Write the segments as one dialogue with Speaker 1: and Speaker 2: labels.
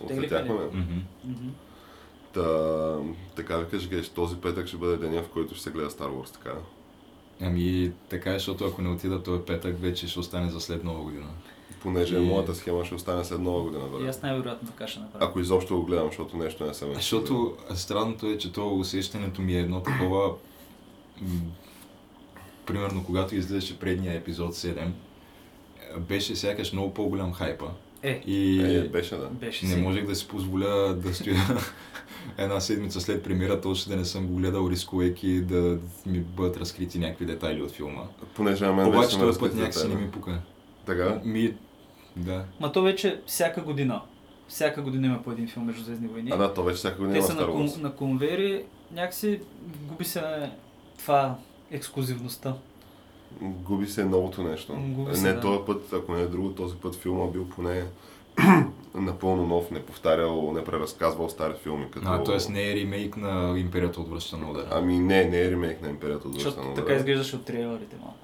Speaker 1: Отлетяхме. Та, така ли кажеш, Геш, този петък ще бъде деня, в който ще се гледа Star Wars, така? ли?
Speaker 2: Ами така е, защото ако не отида този петък, вече ще остане за след нова година.
Speaker 1: Понеже
Speaker 2: И-
Speaker 1: моята схема ще остане след нова година,
Speaker 3: И
Speaker 1: вероятно.
Speaker 3: аз най-вероятно така ще направя.
Speaker 1: Ако изобщо го гледам, защото нещо не съм.
Speaker 2: Защото странното е, че то усещането ми е едно такова... м, Примерно, когато излизаше предния епизод 7, беше сякаш много по-голям хайпа.
Speaker 3: Е,
Speaker 2: И
Speaker 1: Е, беше да.
Speaker 3: беше
Speaker 2: не
Speaker 3: си.
Speaker 2: можех да си позволя да стоя една седмица след премирата, още да не съм го гледал, рискувайки да ми бъдат разкрити някакви детайли от филма.
Speaker 1: Понеже на мен вече
Speaker 2: Обаче
Speaker 1: ме
Speaker 2: този път
Speaker 1: разкрити
Speaker 2: някакси не
Speaker 1: детайли.
Speaker 2: ми пука.
Speaker 1: Така?
Speaker 2: Ми... Да.
Speaker 3: Ма то вече всяка година. Всяка година има по един филм между Звездни войни.
Speaker 1: А да, то вече всяка година
Speaker 3: Те
Speaker 1: има
Speaker 3: са на,
Speaker 1: Star
Speaker 3: кон,
Speaker 1: Wars.
Speaker 3: на конвейери, някакси губи се това ексклюзивността.
Speaker 1: Губи се новото нещо.
Speaker 3: Губи се,
Speaker 1: не
Speaker 3: да.
Speaker 1: този път, ако не е друго, този път филма бил поне напълно нов, не повтарял, не преразказвал стари филми. Като...
Speaker 2: А, т.е. не е ремейк на Империята от връщане на удара.
Speaker 1: Ами не, не е ремейк на Империята от
Speaker 3: Защото
Speaker 1: Връщане на
Speaker 3: така
Speaker 1: Удара.
Speaker 3: изглеждаше от трейлерите малко.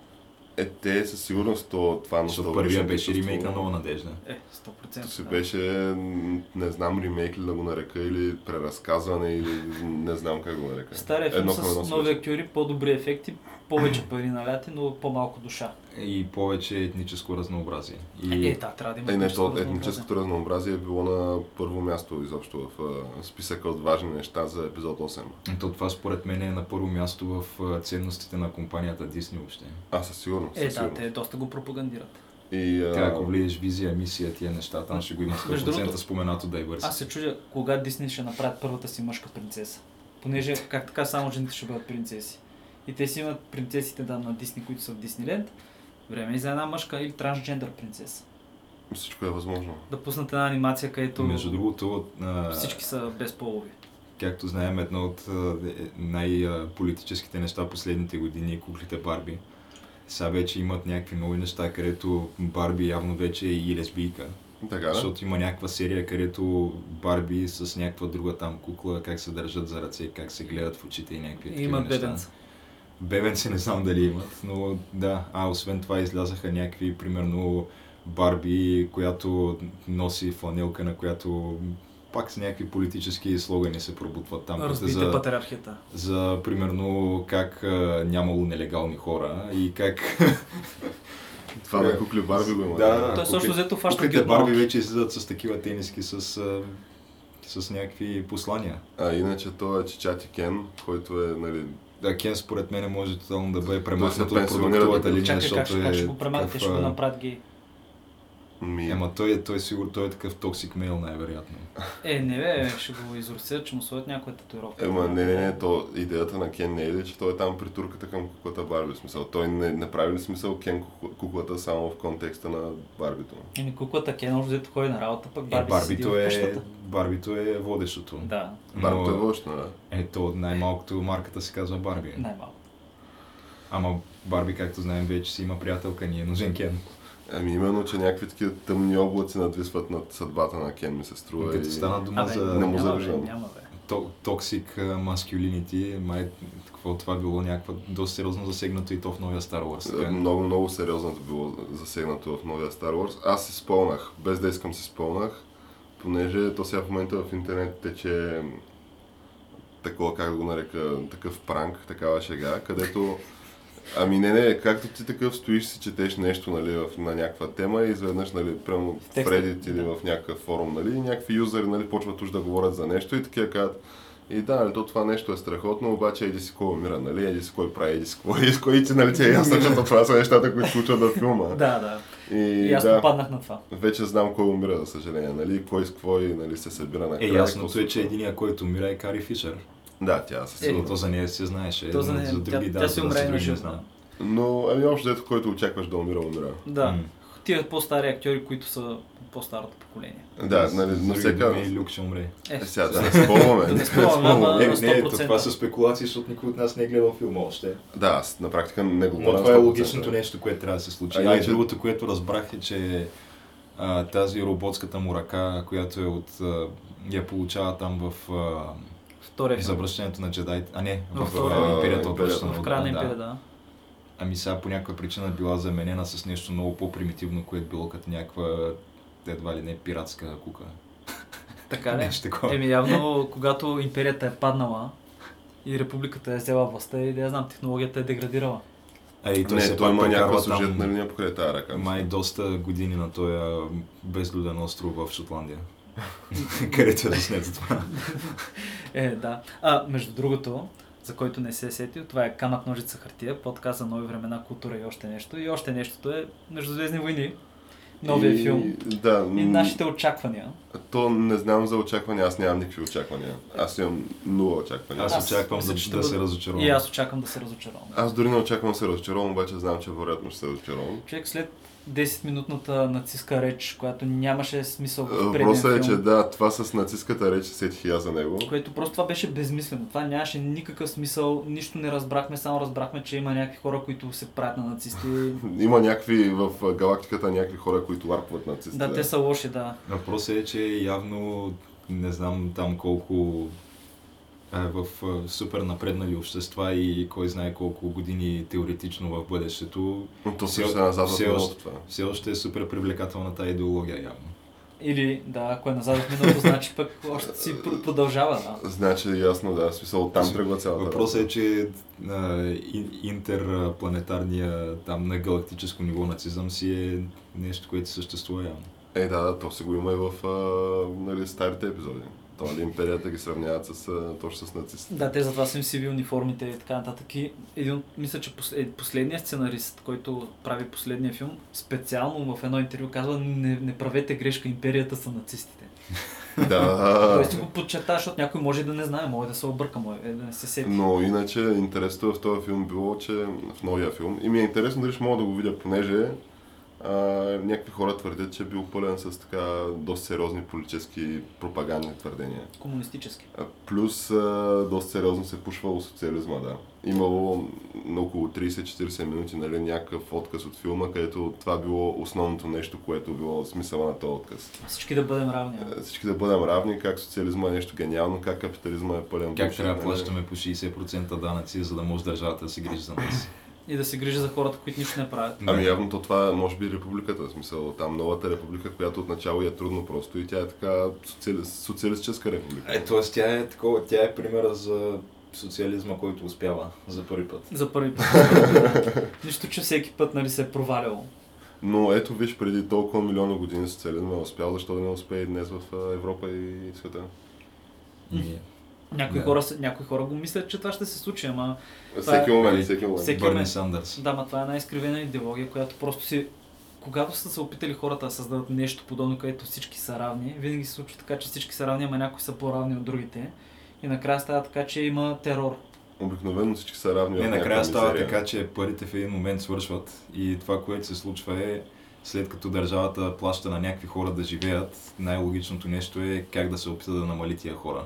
Speaker 1: Е, те със сигурност то, това
Speaker 2: Защото
Speaker 1: носталгично
Speaker 2: първия беше
Speaker 1: чувство-
Speaker 2: ремейк на Нова надежда.
Speaker 3: Е,
Speaker 1: То
Speaker 3: 100%.
Speaker 1: си
Speaker 3: да.
Speaker 1: беше, м, не знам ремейк ли да го нарека, или преразказване, или не знам как го нарека.
Speaker 3: В стария филм
Speaker 1: Едно към едно
Speaker 3: с
Speaker 1: си
Speaker 3: нови
Speaker 1: беше.
Speaker 3: актьори, по-добри ефекти, повече пари наляти, но по-малко душа.
Speaker 2: И повече етническо разнообразие.
Speaker 3: Е,
Speaker 2: И...
Speaker 3: е, да, трябва да има
Speaker 1: Е, не,
Speaker 3: етническо
Speaker 1: то
Speaker 3: разнообразие.
Speaker 1: етническото разнообразие е било на първо място изобщо в а, списъка от важни неща за епизод 8.
Speaker 2: То това според мен е на първо място в а, ценностите на компанията Дисни въобще.
Speaker 1: А, със сигурност.
Speaker 3: Е,
Speaker 1: със
Speaker 3: да,
Speaker 1: сигурност.
Speaker 3: те доста го пропагандират.
Speaker 1: И, а,
Speaker 2: Тя ако влезеш визия, мисия, тия неща, там ще го има
Speaker 3: Между
Speaker 2: 100%
Speaker 3: другото,
Speaker 2: споменато да е върси.
Speaker 3: Аз се чудя кога Дисни ще направят първата си мъжка принцеса. Понеже как така само жените ще бъдат принцеси. И те си имат принцесите да, на Дисни, които са в Дисниленд. Време е за една мъжка или трансджендър принцеса.
Speaker 1: Всичко е възможно.
Speaker 3: Да пуснат една анимация, където
Speaker 2: Между другото, а, е,
Speaker 3: всички са безполови.
Speaker 2: както знаем, едно от а, е, най-политическите неща последните години е куклите Барби. Сега вече имат някакви нови неща, където Барби явно вече е и лесбийка.
Speaker 1: Така, да?
Speaker 2: Защото има някаква серия, където Барби с някаква друга там кукла, как се държат за ръце, как се гледат в очите и някакви
Speaker 3: И
Speaker 2: такива
Speaker 3: имат
Speaker 2: неща.
Speaker 3: бебенца.
Speaker 2: Бебенци не знам дали имат, но да. А освен това излязаха някакви, примерно, Барби, която носи фланелка, на която пак с някакви политически слогани се пробутват там. като
Speaker 3: Разбите
Speaker 2: за,
Speaker 3: патриархията.
Speaker 2: за, примерно, как а, нямало нелегални хора и как...
Speaker 1: Това на кукли Барби го има.
Speaker 2: е- Да,
Speaker 3: Той
Speaker 2: кукли-
Speaker 3: също взето фаща ги
Speaker 2: Куклите
Speaker 3: от
Speaker 2: Барби
Speaker 3: малки.
Speaker 2: вече излизат с такива тениски с, а, с някакви послания.
Speaker 1: А иначе той е Чичати Кен, който е, нали,
Speaker 2: Да, Кен според мен може тотално да бъде
Speaker 1: се
Speaker 2: премахнат от
Speaker 1: пенсионира докато-
Speaker 2: продуктовата линия,
Speaker 3: Чакай,
Speaker 2: нали, защото
Speaker 3: как, ще- как ще го
Speaker 2: е
Speaker 3: премахнат, те
Speaker 2: такъв,
Speaker 3: ще го
Speaker 2: а,
Speaker 3: направят гей.
Speaker 1: ми...
Speaker 2: Ема той, е- той, сигурно той е такъв токсик мейл най-вероятно.
Speaker 3: Е, не бе, ще го изорсят, че му сложат някоя татуировка.
Speaker 1: Ема не, не, не, то идеята на Кен не е ли, че той е там при турката към куклата Барби, в смисъл. Той не, не прави ли смисъл Кен куку- куклата само в контекста на Барбито?
Speaker 3: Еми куклата Кен, общо взето ходи на работа, пък
Speaker 2: Е,
Speaker 3: Барби, си седи
Speaker 2: Барбито
Speaker 3: в
Speaker 2: е,
Speaker 3: къщата.
Speaker 2: Барбито е водещото.
Speaker 3: Да,
Speaker 1: Барбито е
Speaker 2: Но
Speaker 1: външно, да.
Speaker 2: ето най-малкото марката се казва Барби.
Speaker 3: най-малко.
Speaker 2: Ама Барби, както знаем, вече си има приятелка, ни е нужен Кен.
Speaker 1: Ами именно, че някакви такива тъмни облаци надвисват над съдбата на Кен, ми се струва.
Speaker 2: Като стана дума
Speaker 3: Абе,
Speaker 2: за
Speaker 1: не му
Speaker 3: няма, е. бе,
Speaker 1: забеждам.
Speaker 3: няма е. бе.
Speaker 2: то- токсик маскюлинити, май какво това било някаква доста сериозно засегнато и то в новия Star Wars.
Speaker 1: Е,
Speaker 2: така.
Speaker 1: Много, много сериозно е било засегнато в новия Star Wars. Аз си спомнах, без да искам си спомнах, понеже то сега в момента в интернет тече м, такова, как да го нарека, такъв пранк, такава шега, където Ами не, не, както ти такъв стоиш си, четеш нещо нали, в, на някаква тема и изведнъж, нали, прямо в
Speaker 3: текста.
Speaker 1: Reddit или в някакъв форум, нали, и някакви юзери нали, почват уж да говорят за нещо и такива казват, и да, нали, то това нещо е страхотно, обаче еди си кой умира, нали, еди си кой прави, еди си кой, еди си кой и ти, нали, ти е ясно, защото това са нещата, които се случват във филма.
Speaker 3: Да, да.
Speaker 1: И,
Speaker 3: И
Speaker 2: Е,
Speaker 3: аз
Speaker 1: да,
Speaker 3: попаднах на това.
Speaker 1: вече знам кой умира, за съжаление, нали, кой с кой, нали, се събира на
Speaker 2: Е, ясното е, че единия, който умира е Кари Фишер.
Speaker 1: Да, тя със
Speaker 3: Е,
Speaker 1: сигурност.
Speaker 2: Но то за нея се знаеше.
Speaker 3: То за
Speaker 2: но
Speaker 3: нея-
Speaker 2: Е, за други,
Speaker 3: тя-
Speaker 2: да,
Speaker 3: тя нали, си
Speaker 2: за
Speaker 3: умря
Speaker 2: други
Speaker 3: на
Speaker 2: не
Speaker 3: живо,
Speaker 2: знам.
Speaker 3: да.
Speaker 1: Но, ами общо дето, който очакваш да умира, умира.
Speaker 3: Да.
Speaker 2: М.
Speaker 3: Тия по-стари актьори, които са от по-старото поколение.
Speaker 1: Да, нали,
Speaker 2: С
Speaker 1: на
Speaker 2: други
Speaker 1: всяка...
Speaker 2: думи, Люк ще умре.
Speaker 3: Е,
Speaker 1: Е, сега да не спомняме.
Speaker 3: Не спомняме, ама
Speaker 2: Е, Не,
Speaker 3: на
Speaker 2: не,
Speaker 3: 100%.
Speaker 2: то това са спекулации, защото никой от нас не е гледал филма още.
Speaker 1: Да, аз на практика не го
Speaker 2: Но
Speaker 1: мога
Speaker 2: това е логичното нещо, което трябва да се случи.
Speaker 1: А
Speaker 2: А, и
Speaker 1: иначе-
Speaker 2: другото, което разбрах е, че а, тази роботската му ръка, която е от... А, я получава там в... А,
Speaker 3: Втория
Speaker 2: в
Speaker 3: филм.
Speaker 2: завръщането на джедаите. А не, в,
Speaker 3: Във
Speaker 2: в,
Speaker 3: втория.
Speaker 2: а, империята
Speaker 1: А,
Speaker 2: от
Speaker 1: империята.
Speaker 2: връщане.
Speaker 3: В края на
Speaker 2: да.
Speaker 3: империя, да.
Speaker 2: Ами сега по някаква причина била заменена с нещо много по-примитивно, което било като някаква едва ли не пиратска кука.
Speaker 3: Така ли?
Speaker 2: Нещо такова.
Speaker 3: Еми явно, когато империята е паднала и републиката е взела властта и да я знам, технологията е деградирала.
Speaker 2: А и той
Speaker 1: Не,
Speaker 2: се
Speaker 1: той има някаква
Speaker 2: там,
Speaker 1: сюжетна линия покрай тази ръка.
Speaker 2: май доста години на този безлюден остров в Шотландия. Където е заснето това.
Speaker 3: Е, да. А, между другото, за който не се е сетил, това е Камък, ножица, хартия, подкаст за нови времена, култура и още нещо. И още нещото е Междузвездни войни, новия
Speaker 1: И-
Speaker 3: филм.
Speaker 1: Да,
Speaker 3: И нашите очаквания.
Speaker 1: То не знам за очаквания, аз нямам никакви очаквания. Аз имам нула очаквания.
Speaker 2: Аз,
Speaker 1: Аз,
Speaker 3: Аз
Speaker 2: очаквам
Speaker 3: мисля,
Speaker 2: да,
Speaker 3: че
Speaker 2: да
Speaker 3: ще
Speaker 2: се
Speaker 3: бъда-
Speaker 2: разочаровам.
Speaker 3: И аз очаквам да се разочаровам.
Speaker 1: дори не очаквам да се разочаровам, обаче знам, че вероятно ще се разочаровам.
Speaker 3: Човек след 10-минутната нацистска реч, която нямаше смисъл
Speaker 1: А,
Speaker 3: в предния
Speaker 1: Въпросът е, че
Speaker 3: филм,
Speaker 1: да, това с нацистската реч сетих и аз за него.
Speaker 3: което просто това беше безмислено. Това нямаше никакъв смисъл, нищо не разбрахме, само разбрахме, че има някакви хора, които се правят на нацисти.
Speaker 1: Има някакви в галактиката, някакви хора, които ларпват нацистите.
Speaker 3: да, те са лоши, да.
Speaker 2: Въпросът е, че явно не знам там колко а, в а, супер напреднали общества и кой знае колко години теоретично в бъдещето,
Speaker 1: Но то
Speaker 2: Все-
Speaker 1: също е назад в
Speaker 2: все
Speaker 1: миналото
Speaker 2: още-
Speaker 1: това.
Speaker 2: все още е супер привлекателна тази идеология явно.
Speaker 3: Или, да, ако е назад в миналото, значи пък още си пр- продължава, да.
Speaker 1: Значи ясно, да, в смисъл оттам тръгва цялата
Speaker 2: Въпросът е, че а, ин- интерпланетарния там на галактическо ниво нацизъм си е нещо, което съществува явно.
Speaker 1: Е, да, да, то се го има и в а, нали, старите епизоди. То нали, империята ги сравняват с, а, точно с нацистите.
Speaker 3: Да, те затова са им сиви униформите и така нататък. И един, от- мисля, че пос- е, последният сценарист, който прави последния филм, специално в едно интервю казва, не, не правете грешка, империята са нацистите.
Speaker 1: Да,
Speaker 3: Тоест ти го подчерта, защото някой може и да не знае, може да се обърка, може е, да не се сети.
Speaker 1: но иначе интересното в този филм било, че в новия филм, и ми е интересно дали ще мога да го видя, понеже а, някакви хора твърдят, че е бил пълен с така доста сериозни политически пропагандни твърдения.
Speaker 3: Комунистически.
Speaker 1: А, Плюс а, доста сериозно се е пушвало социализма, да. Имало на около 30-40 минути нали, някакъв отказ от филма, където това било основното нещо, което било смисъла на този отказ.
Speaker 3: Всички да бъдем равни. а?
Speaker 1: А, Всички да бъдем равни, как социализма е нещо гениално, как капитализма е пълен
Speaker 2: Как
Speaker 1: бушек,
Speaker 2: трябва да
Speaker 1: нали.
Speaker 2: плащаме по 60% данъци, за да може държавата да се грижи за нас? И
Speaker 3: И да се грижи за хората, които нищо не правят.
Speaker 1: Ами явно то това е, може би, републиката, в смисъл там новата република, която отначало я е трудно просто и тя е така социали... социалистическа република.
Speaker 2: Е, т.е. тя е такова, тя е примера за социализма, който успява за първи път.
Speaker 3: За първи път. Нищо, че всеки път нали, се е проваляло.
Speaker 1: Но ето виж, преди толкова милиона години социализма е успял, защо да не успее и днес в а, Европа и света?
Speaker 2: И...
Speaker 3: Някои,
Speaker 2: Да.
Speaker 3: хора, са- някои хора го мислят, че това ще се случи, ама
Speaker 2: е
Speaker 1: Всеки
Speaker 2: нали,
Speaker 1: момент, всеки
Speaker 3: всеки
Speaker 1: момент.
Speaker 2: Бърни
Speaker 3: момент.
Speaker 2: Сандърс.
Speaker 3: да, ма това е най-изкривена идеология, която просто си... Когато са се опитали хората да създадат нещо подобно, където всички са равни, винаги се случва така, че всички са равни, ама някои са по-равни от другите. И накрая става така, че има терор.
Speaker 1: Обикновено всички са равни.
Speaker 2: Не,
Speaker 1: в
Speaker 2: накрая
Speaker 1: някаква
Speaker 2: става
Speaker 1: мизерия.
Speaker 2: така, че парите в един момент свършват и това, което се случва е, след като държавата плаща на някакви хора да живеят, най-логичното нещо е как да се опита да намали тия хора.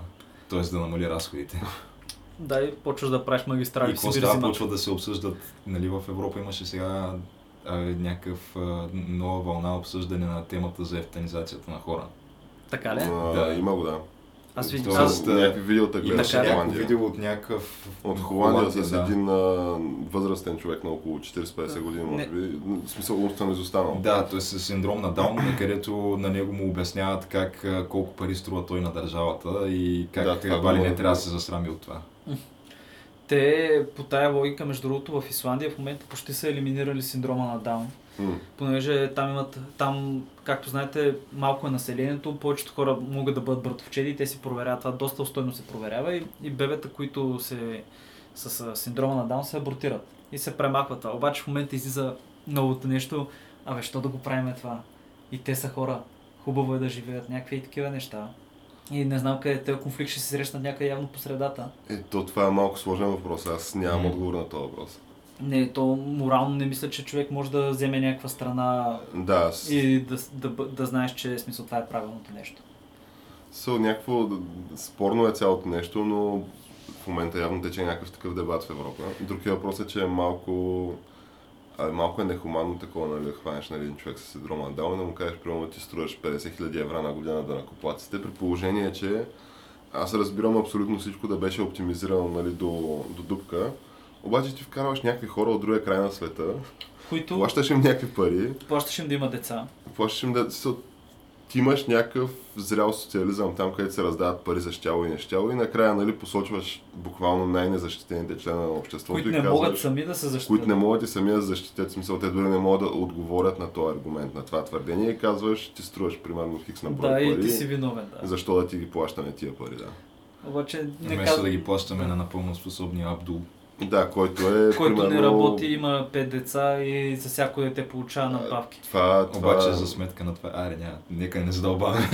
Speaker 2: Тоест да намали разходите.
Speaker 3: Да, и почваш да правиш магистрали
Speaker 2: и
Speaker 3: в
Speaker 2: какво
Speaker 3: Сибир
Speaker 2: става,
Speaker 3: зимата.
Speaker 2: почва да се обсъждат, нали, в Европа имаше сега а, някакъв а, нова вълна обсъждане на темата за ефтанизацията на хора.
Speaker 3: Така ли?
Speaker 1: А,
Speaker 2: Да.
Speaker 1: има го, да.
Speaker 3: Аз видях.
Speaker 2: Тоест,
Speaker 3: Аз...
Speaker 1: Аз някакви видеота гледаш
Speaker 2: Имаше
Speaker 1: от
Speaker 3: така ли?
Speaker 2: някакво
Speaker 1: Холандия.
Speaker 2: видео от някакъв...
Speaker 1: От Холандия с
Speaker 2: да.
Speaker 1: един а, възрастен човек на около 40-50
Speaker 3: Да.
Speaker 1: години,
Speaker 3: Не.
Speaker 1: може би. В смисъл, умствено изостанал.
Speaker 2: Да, той е с синдром на Даун, на където на него му обясняват как а, колко пари струва той на държавата и
Speaker 1: Да,
Speaker 2: как
Speaker 1: това
Speaker 2: едва ли
Speaker 1: го-
Speaker 2: не трябва да се засрами от това.
Speaker 3: Те по тая логика, между другото, в Исландия в момента почти са елиминирали синдрома на Даун.
Speaker 1: М.
Speaker 3: Понеже там имат, там, както знаете, малко е населението, повечето хора могат да бъдат братовчеди и те си проверяват това, доста устойно се проверява и, и бебета, които се, с а, синдрома на Даун се абортират и се премахва това. Обаче в момента излиза новото нещо, а бе, що да го правим това? И те са хора, хубаво е да живеят някакви и такива неща. И не знам къде този конфликт ще се срещнат някъде явно по средата.
Speaker 1: Е, то това е малко сложен въпрос. Аз нямам
Speaker 2: М.
Speaker 1: отговор на този въпрос.
Speaker 3: Не, то морално не мисля, че човек може да вземе някаква страна
Speaker 1: Да, с...
Speaker 3: и да, да, да, да знаеш, че в смисъл това е правилното нещо.
Speaker 1: Со, някакво спорно е цялото нещо, но в момента явно тече някакъв такъв дебат в Европа. Другият въпрос е, че е малко, а, малко е нехуманно такова, нали, да хванеш нали, един човек с синдрома на Даун и да му кажеш, примерно, ти струваш 50 000 евра на година да накоплаците, при положение, че аз разбирам абсолютно всичко да беше оптимизирано нали, до, до дупка, обаче ти вкарваш някакви хора от другия край на света,
Speaker 3: Които
Speaker 1: плащаш им някакви пари,
Speaker 3: плащаш им да има деца.
Speaker 1: плащаш им да... со- Ти имаш някакъв зрял социализъм там, където се раздават пари за щяло и нещяло и накрая нали, посочваш буквално най-незащитените члена на обществото
Speaker 3: които
Speaker 1: и
Speaker 3: не
Speaker 1: казваш,
Speaker 3: могат сами да се защитят.
Speaker 1: които не могат и самия да защитят, в смисъл те дори не могат да отговорят на този аргумент, на това твърдение и казваш, ти струваш примерно хикс на брой
Speaker 3: да, и
Speaker 1: пари,
Speaker 3: ти си виновен, да.
Speaker 1: защо да ти ги плащаме тия пари, да.
Speaker 3: Обаче не
Speaker 2: Вместо
Speaker 3: казва,
Speaker 2: да ги плащаме на напълно способния Абдул.
Speaker 1: Да, който е
Speaker 3: който
Speaker 1: примерно...
Speaker 3: не работи, има пет деца и за всяко дете получава надбавки.
Speaker 1: Това, това,
Speaker 2: Обаче за сметка на това... Аре, няма, нека не задълбаваме.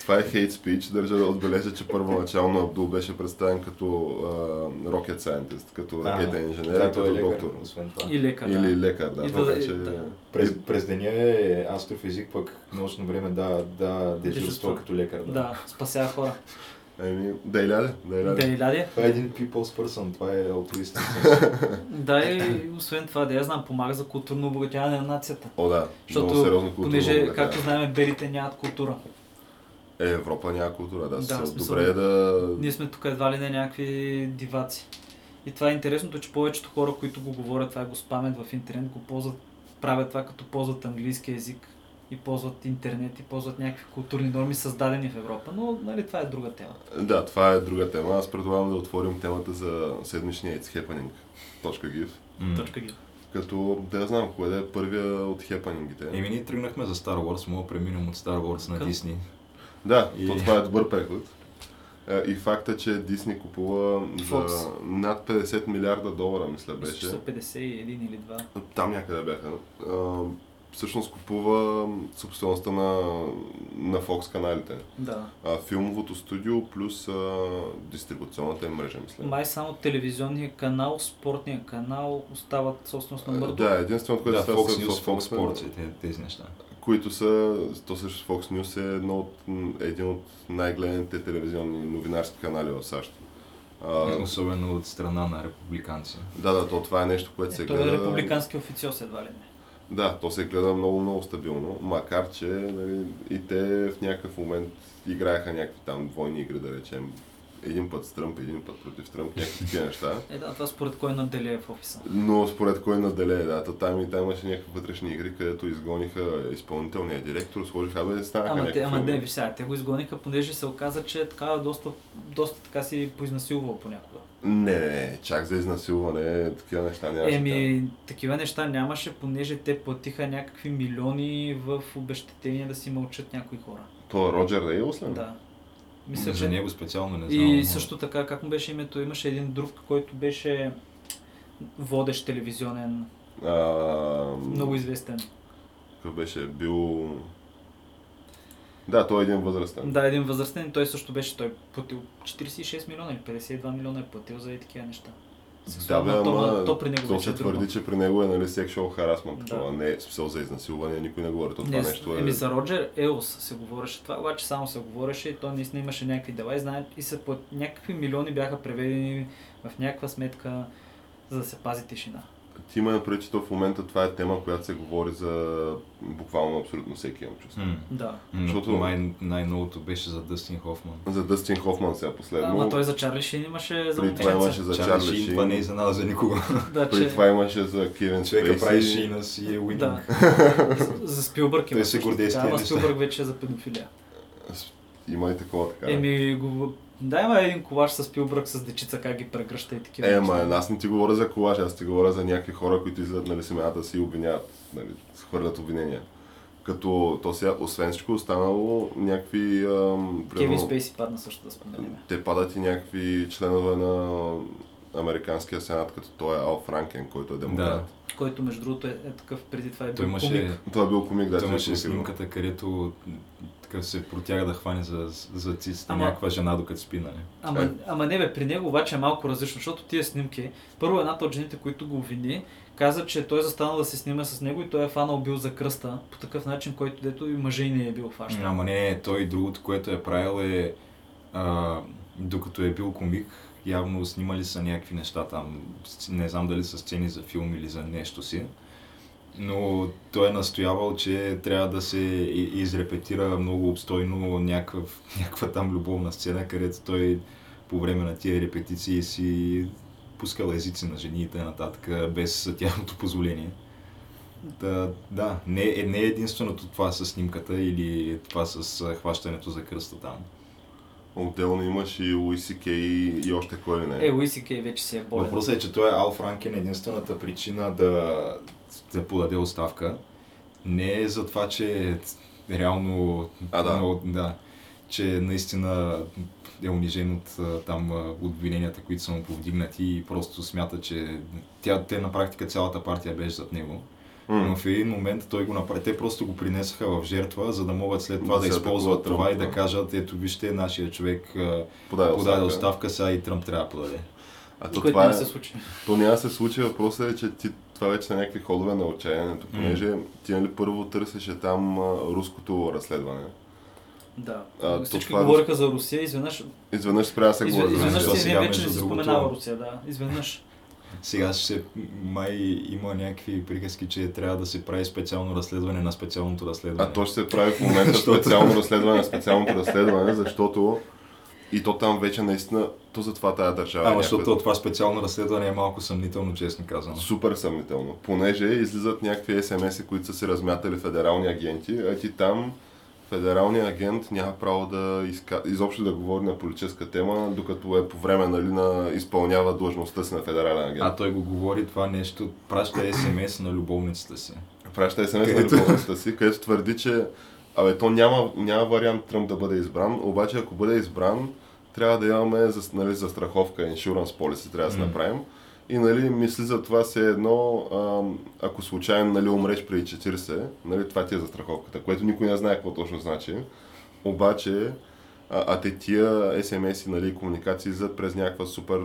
Speaker 1: Това е хейт спич. Държа да отбележа, че първоначално Абдул беше представен като а, rocket scientist, като ракетен инженер,
Speaker 2: Да,
Speaker 1: като
Speaker 2: той е лекар,
Speaker 1: доктор.
Speaker 2: освен това.
Speaker 3: И лека, да.
Speaker 1: Или лекар, да.
Speaker 3: И
Speaker 1: това
Speaker 3: да-
Speaker 1: вече-
Speaker 3: да.
Speaker 2: През, през деня е астрофизик, пък нощно време да, да
Speaker 3: Дежурства.
Speaker 2: дежурства като лекар. Да.
Speaker 3: Да, спасява хора.
Speaker 1: е- Еми, да и ляде, да и
Speaker 3: Да
Speaker 1: ляде.
Speaker 3: и ляде.
Speaker 2: Това е един people's person, това е алтруист.
Speaker 3: Да, и освен това, да я знам, помага за културно обогатяване на нацията.
Speaker 1: О, да.
Speaker 3: Защото,
Speaker 1: много сериозно културно.
Speaker 3: понеже,
Speaker 1: облагодетеление.
Speaker 3: както знаем, белите нямат култура.
Speaker 1: Е, Европа няма култура, да.
Speaker 3: Да,
Speaker 1: със-
Speaker 3: в смисъл-
Speaker 1: Добре е да...
Speaker 3: Ние сме тук едва ли не някакви диваци. И това е интересното, че повечето хора, които го говорят, това е го спамят в интернет, го ползват, правят това като ползват английски язик и ползват интернет и ползват някакви културни норми, създадени в Европа. Но нали, това е друга тема.
Speaker 1: Да, това е друга тема. Аз предлагам да отворим темата за седмичния It's Happening. Точка гив.
Speaker 3: Точка ги.
Speaker 1: Като, да я знам, кое да е първия от хепанингите.
Speaker 2: Еми, ние тръгнахме за Star Wars, мога да преминем от Star Wars на
Speaker 3: Към?
Speaker 2: Дисни.
Speaker 1: Да,
Speaker 2: И-
Speaker 1: и... това е добър преход. Е, И факта, че Дисни купува за
Speaker 3: Fox.
Speaker 1: над 50 милиарда долара, мисля,
Speaker 3: Мисля, че
Speaker 1: беше.
Speaker 3: са 51 или 2.
Speaker 1: Там някъде бяха. А, Всъщност купува собствеността на, на Fox каналите.
Speaker 3: Да.
Speaker 1: А, филмовото студио плюс а, дистрибуционната им мрежа, мисля.
Speaker 3: Май само телевизионния канал, спортния канал остават собственост
Speaker 1: А,
Speaker 3: на Мърдо.
Speaker 1: Е, Да, единственото,
Speaker 2: Да,
Speaker 1: което става с-
Speaker 2: Fox News,
Speaker 1: с
Speaker 2: Fox
Speaker 1: е-
Speaker 2: Sports и те- тези неща.
Speaker 1: които са, то също Fox News е едно от, м, един от най-гледаните телевизионни новинарски канали в САЩ. Е,
Speaker 3: Е,
Speaker 1: А,
Speaker 2: Особено от страна на републиканци.
Speaker 1: да, да, то това е нещо, което се
Speaker 3: Е, той е
Speaker 1: гледа.
Speaker 3: републикански официоз едва ли не.
Speaker 1: Да, то се гледа много, много стабилно, макар че нали, и те в някакъв момент играеха някакви там двойни игри, да речем. Един път с Тръмп, един път против Тръмп, някакви такива неща.
Speaker 3: Е, да, това според кой наделее в офиса.
Speaker 1: Но според кой наделее, да, то там и там имаше някакви вътрешни игри, където изгониха изпълнителния директор, сложиха бе, станаха
Speaker 3: Ама те,
Speaker 1: някакви...
Speaker 3: ама не, виж сега, те го изгониха, понеже се оказа, че така доста, доста така си поизнасилвал понякога.
Speaker 1: не, не, не, чак за изнасилване, такива неща нямаше. там.
Speaker 3: Еми, такива неща нямаше, понеже те платиха някакви милиони в обещетения да си мълчат някои хора.
Speaker 1: То е Роджер Рейлс, ли?
Speaker 3: Да.
Speaker 2: Мисля,
Speaker 3: Мисля,
Speaker 2: за
Speaker 3: че...
Speaker 2: него специално не знам.
Speaker 3: И
Speaker 2: но-
Speaker 3: също така, как му беше името, имаше един друг, който беше водещ телевизионен,
Speaker 1: А,
Speaker 3: много известен.
Speaker 1: Какъв беше? Бил... Да, той е един възрастен.
Speaker 3: Да, един възрастен, той също беше, той е платил 46 милиона или 52 милиона е платил за и такива неща.
Speaker 1: Да,
Speaker 3: Сексуална
Speaker 1: бе, ама
Speaker 3: тема, то при него
Speaker 1: то
Speaker 3: вече е
Speaker 1: се
Speaker 3: друго.
Speaker 1: твърди, че при него е нали, sexual harassment,
Speaker 3: Да.
Speaker 1: такова, не е смисъл за изнасилване, никой не говори, то това
Speaker 3: Не,
Speaker 1: нещо е...
Speaker 3: Еми за Роджер Елс се говореше това, обаче само се говореше и той наистина имаше някакви дела и знаят, и се плат... някакви милиони бяха преведени в някаква сметка, за да се пази тишина.
Speaker 1: Ти има напред, че то в момента това е тема, която се говори за буквално абсолютно всеки имам чувство.
Speaker 2: М.
Speaker 3: Да.
Speaker 2: М,
Speaker 1: Защото-
Speaker 2: Май, най-новото беше за Дъстин Хофман.
Speaker 1: За Дъстин Хофман сега
Speaker 3: да,
Speaker 1: последно.
Speaker 3: ама той за Чарли Шин имаше за
Speaker 1: Преди това имаше
Speaker 3: момченца.
Speaker 1: за
Speaker 2: Чарли
Speaker 1: Чарли
Speaker 2: Шин, това не е
Speaker 1: Шин.
Speaker 2: изненада за никого.
Speaker 3: Да,
Speaker 1: Преди
Speaker 3: че...
Speaker 1: това имаше за Кевин
Speaker 2: Човека прави
Speaker 1: Спейси.
Speaker 2: шина си е уининг.
Speaker 3: Да. за Спилбърг
Speaker 2: Той
Speaker 3: има.
Speaker 2: се
Speaker 3: също
Speaker 2: гордее с
Speaker 3: така,
Speaker 2: тия
Speaker 3: Ама
Speaker 2: неща.
Speaker 3: Спилбърг вече е за педофилия.
Speaker 1: Има и такова така. е.
Speaker 3: Еми, го... да, има един колаж с Спилбърг с дечица, как ги прегръща и такива.
Speaker 1: Е,
Speaker 3: неща.
Speaker 1: ма, аз не ти говоря за колаж, аз ти говоря за някакви хора, които излизат нали, семената си и обвиняват, нали, хвърлят обвинения. Като то сега, освен всичко останало, някакви... Ам,
Speaker 3: Кевин нали?
Speaker 1: примерно,
Speaker 3: Спейси падна също да споменем.
Speaker 1: те падат и някакви членове на американския сенат, като той е Ал Франкен, който е демократ.
Speaker 3: Който между другото е, е такъв, преди това е бил
Speaker 2: Той
Speaker 3: комик.
Speaker 2: имаше,
Speaker 1: Това е бил комик, да.
Speaker 2: той
Speaker 1: че
Speaker 2: имаше
Speaker 1: комик е бил.
Speaker 2: снимката, където така се протяга да хване за, за циците
Speaker 3: Ама-
Speaker 2: някаква жена, докато спи, нали?
Speaker 3: Ама,
Speaker 1: Е.
Speaker 3: ама не бе, при него обаче е малко различно, защото тия снимки, първо едната от жените, които го вини, каза, че той е застанал да се снима с него и той е фанал бил за кръста, по такъв начин, който дето и мъже и не е бил фащан.
Speaker 2: Ама не, той другото, което е правил е, а, докато е бил комик, явно снимали са някакви неща там. С- Не знам дали са сцени за филм или за нещо си. Но той е настоявал, че трябва да се и- изрепетира много обстойно някакъв, някаква там любовна сцена, където той по време на тия репетиции си пускал езици на жените нататък, без тяхното позволение. Да, да. Не, е- не е единственото това с снимката или това с а, хващането за кръста там.
Speaker 1: Отделно имаш и Луиси Кей и, и още кой ли не.
Speaker 3: Е, Луиси Кей вече си е болен.
Speaker 2: Въпросът е, че той е Ал Франкен единствената причина да, да подаде оставка. Не е за това, че реално...
Speaker 1: А, да.
Speaker 2: Но, да че наистина е унижен от а, там а, обвиненията, които са му повдигнати и просто смята, че тя, те на практика цялата партия беше зад него.
Speaker 1: М.
Speaker 2: Но в един момент той го направи. Те просто го принесаха в жертва, за да могат след това
Speaker 1: Да
Speaker 2: да
Speaker 1: се
Speaker 2: използват
Speaker 1: атакува
Speaker 2: това и
Speaker 1: Тръмп,
Speaker 2: да
Speaker 1: да. е
Speaker 2: кажат, ето вижте, нашия човек а,
Speaker 1: Подай
Speaker 2: подаде оставка, сега и Тръмп трябва да подаде.
Speaker 1: А то
Speaker 3: което
Speaker 1: това
Speaker 3: не
Speaker 1: е,
Speaker 3: се случи.
Speaker 1: то няма да се случи, въпросът е, че ти, това вече са някакви ходове на отчаянието, понеже ти нали първо търсеше там а, руското разследване.
Speaker 3: Да.
Speaker 1: А, то
Speaker 3: Всички
Speaker 1: това е-
Speaker 3: говориха за Русия, изведнъж.
Speaker 1: Изведнъж спря да се
Speaker 3: Изве,
Speaker 1: говори за
Speaker 3: изведнъж
Speaker 1: Русия.
Speaker 2: Русия.
Speaker 3: си
Speaker 2: Сега,
Speaker 3: не вече не
Speaker 2: между
Speaker 3: се
Speaker 2: другото-
Speaker 3: споменава Русия, да. Изведнъж.
Speaker 2: Сега ще се, май има някакви приказки, че трябва да се прави специално разследване на специалното разследване.
Speaker 1: А то ще се прави в момента специално разследване, на специалното разследване, защото и то там вече наистина, то затова тая държава. е
Speaker 2: Ама
Speaker 1: някаква-
Speaker 2: защото това специално разследване е малко съмнително, честно казано.
Speaker 1: Супер съмнително. Понеже излизат някакви СМС-и, които са си размятали федерални агенти, а ти там федералният агент няма право да иска... изобщо да говори на политическа тема, докато е по време нали, на изпълнява длъжността си на федерален агент.
Speaker 2: А той го говори това нещо, праща СМС на любовницата си.
Speaker 1: Праща СМС на
Speaker 2: Където-
Speaker 1: любовността си, където твърди, че абе, то няма, няма вариант Тръмп да бъде избран, обаче ако бъде избран, трябва да имаме за, нали, застраховка, иншуранс полиси трябва да се
Speaker 2: Мгм.
Speaker 1: направим. И нали, мисли за това се едно, ам, ако случайно нали, умреш преди 40, нали, това ти е застраховката, което никой не знае какво точно значи. Обаче, а, а те тия SMS и нали, комуникации излизат през някаква супер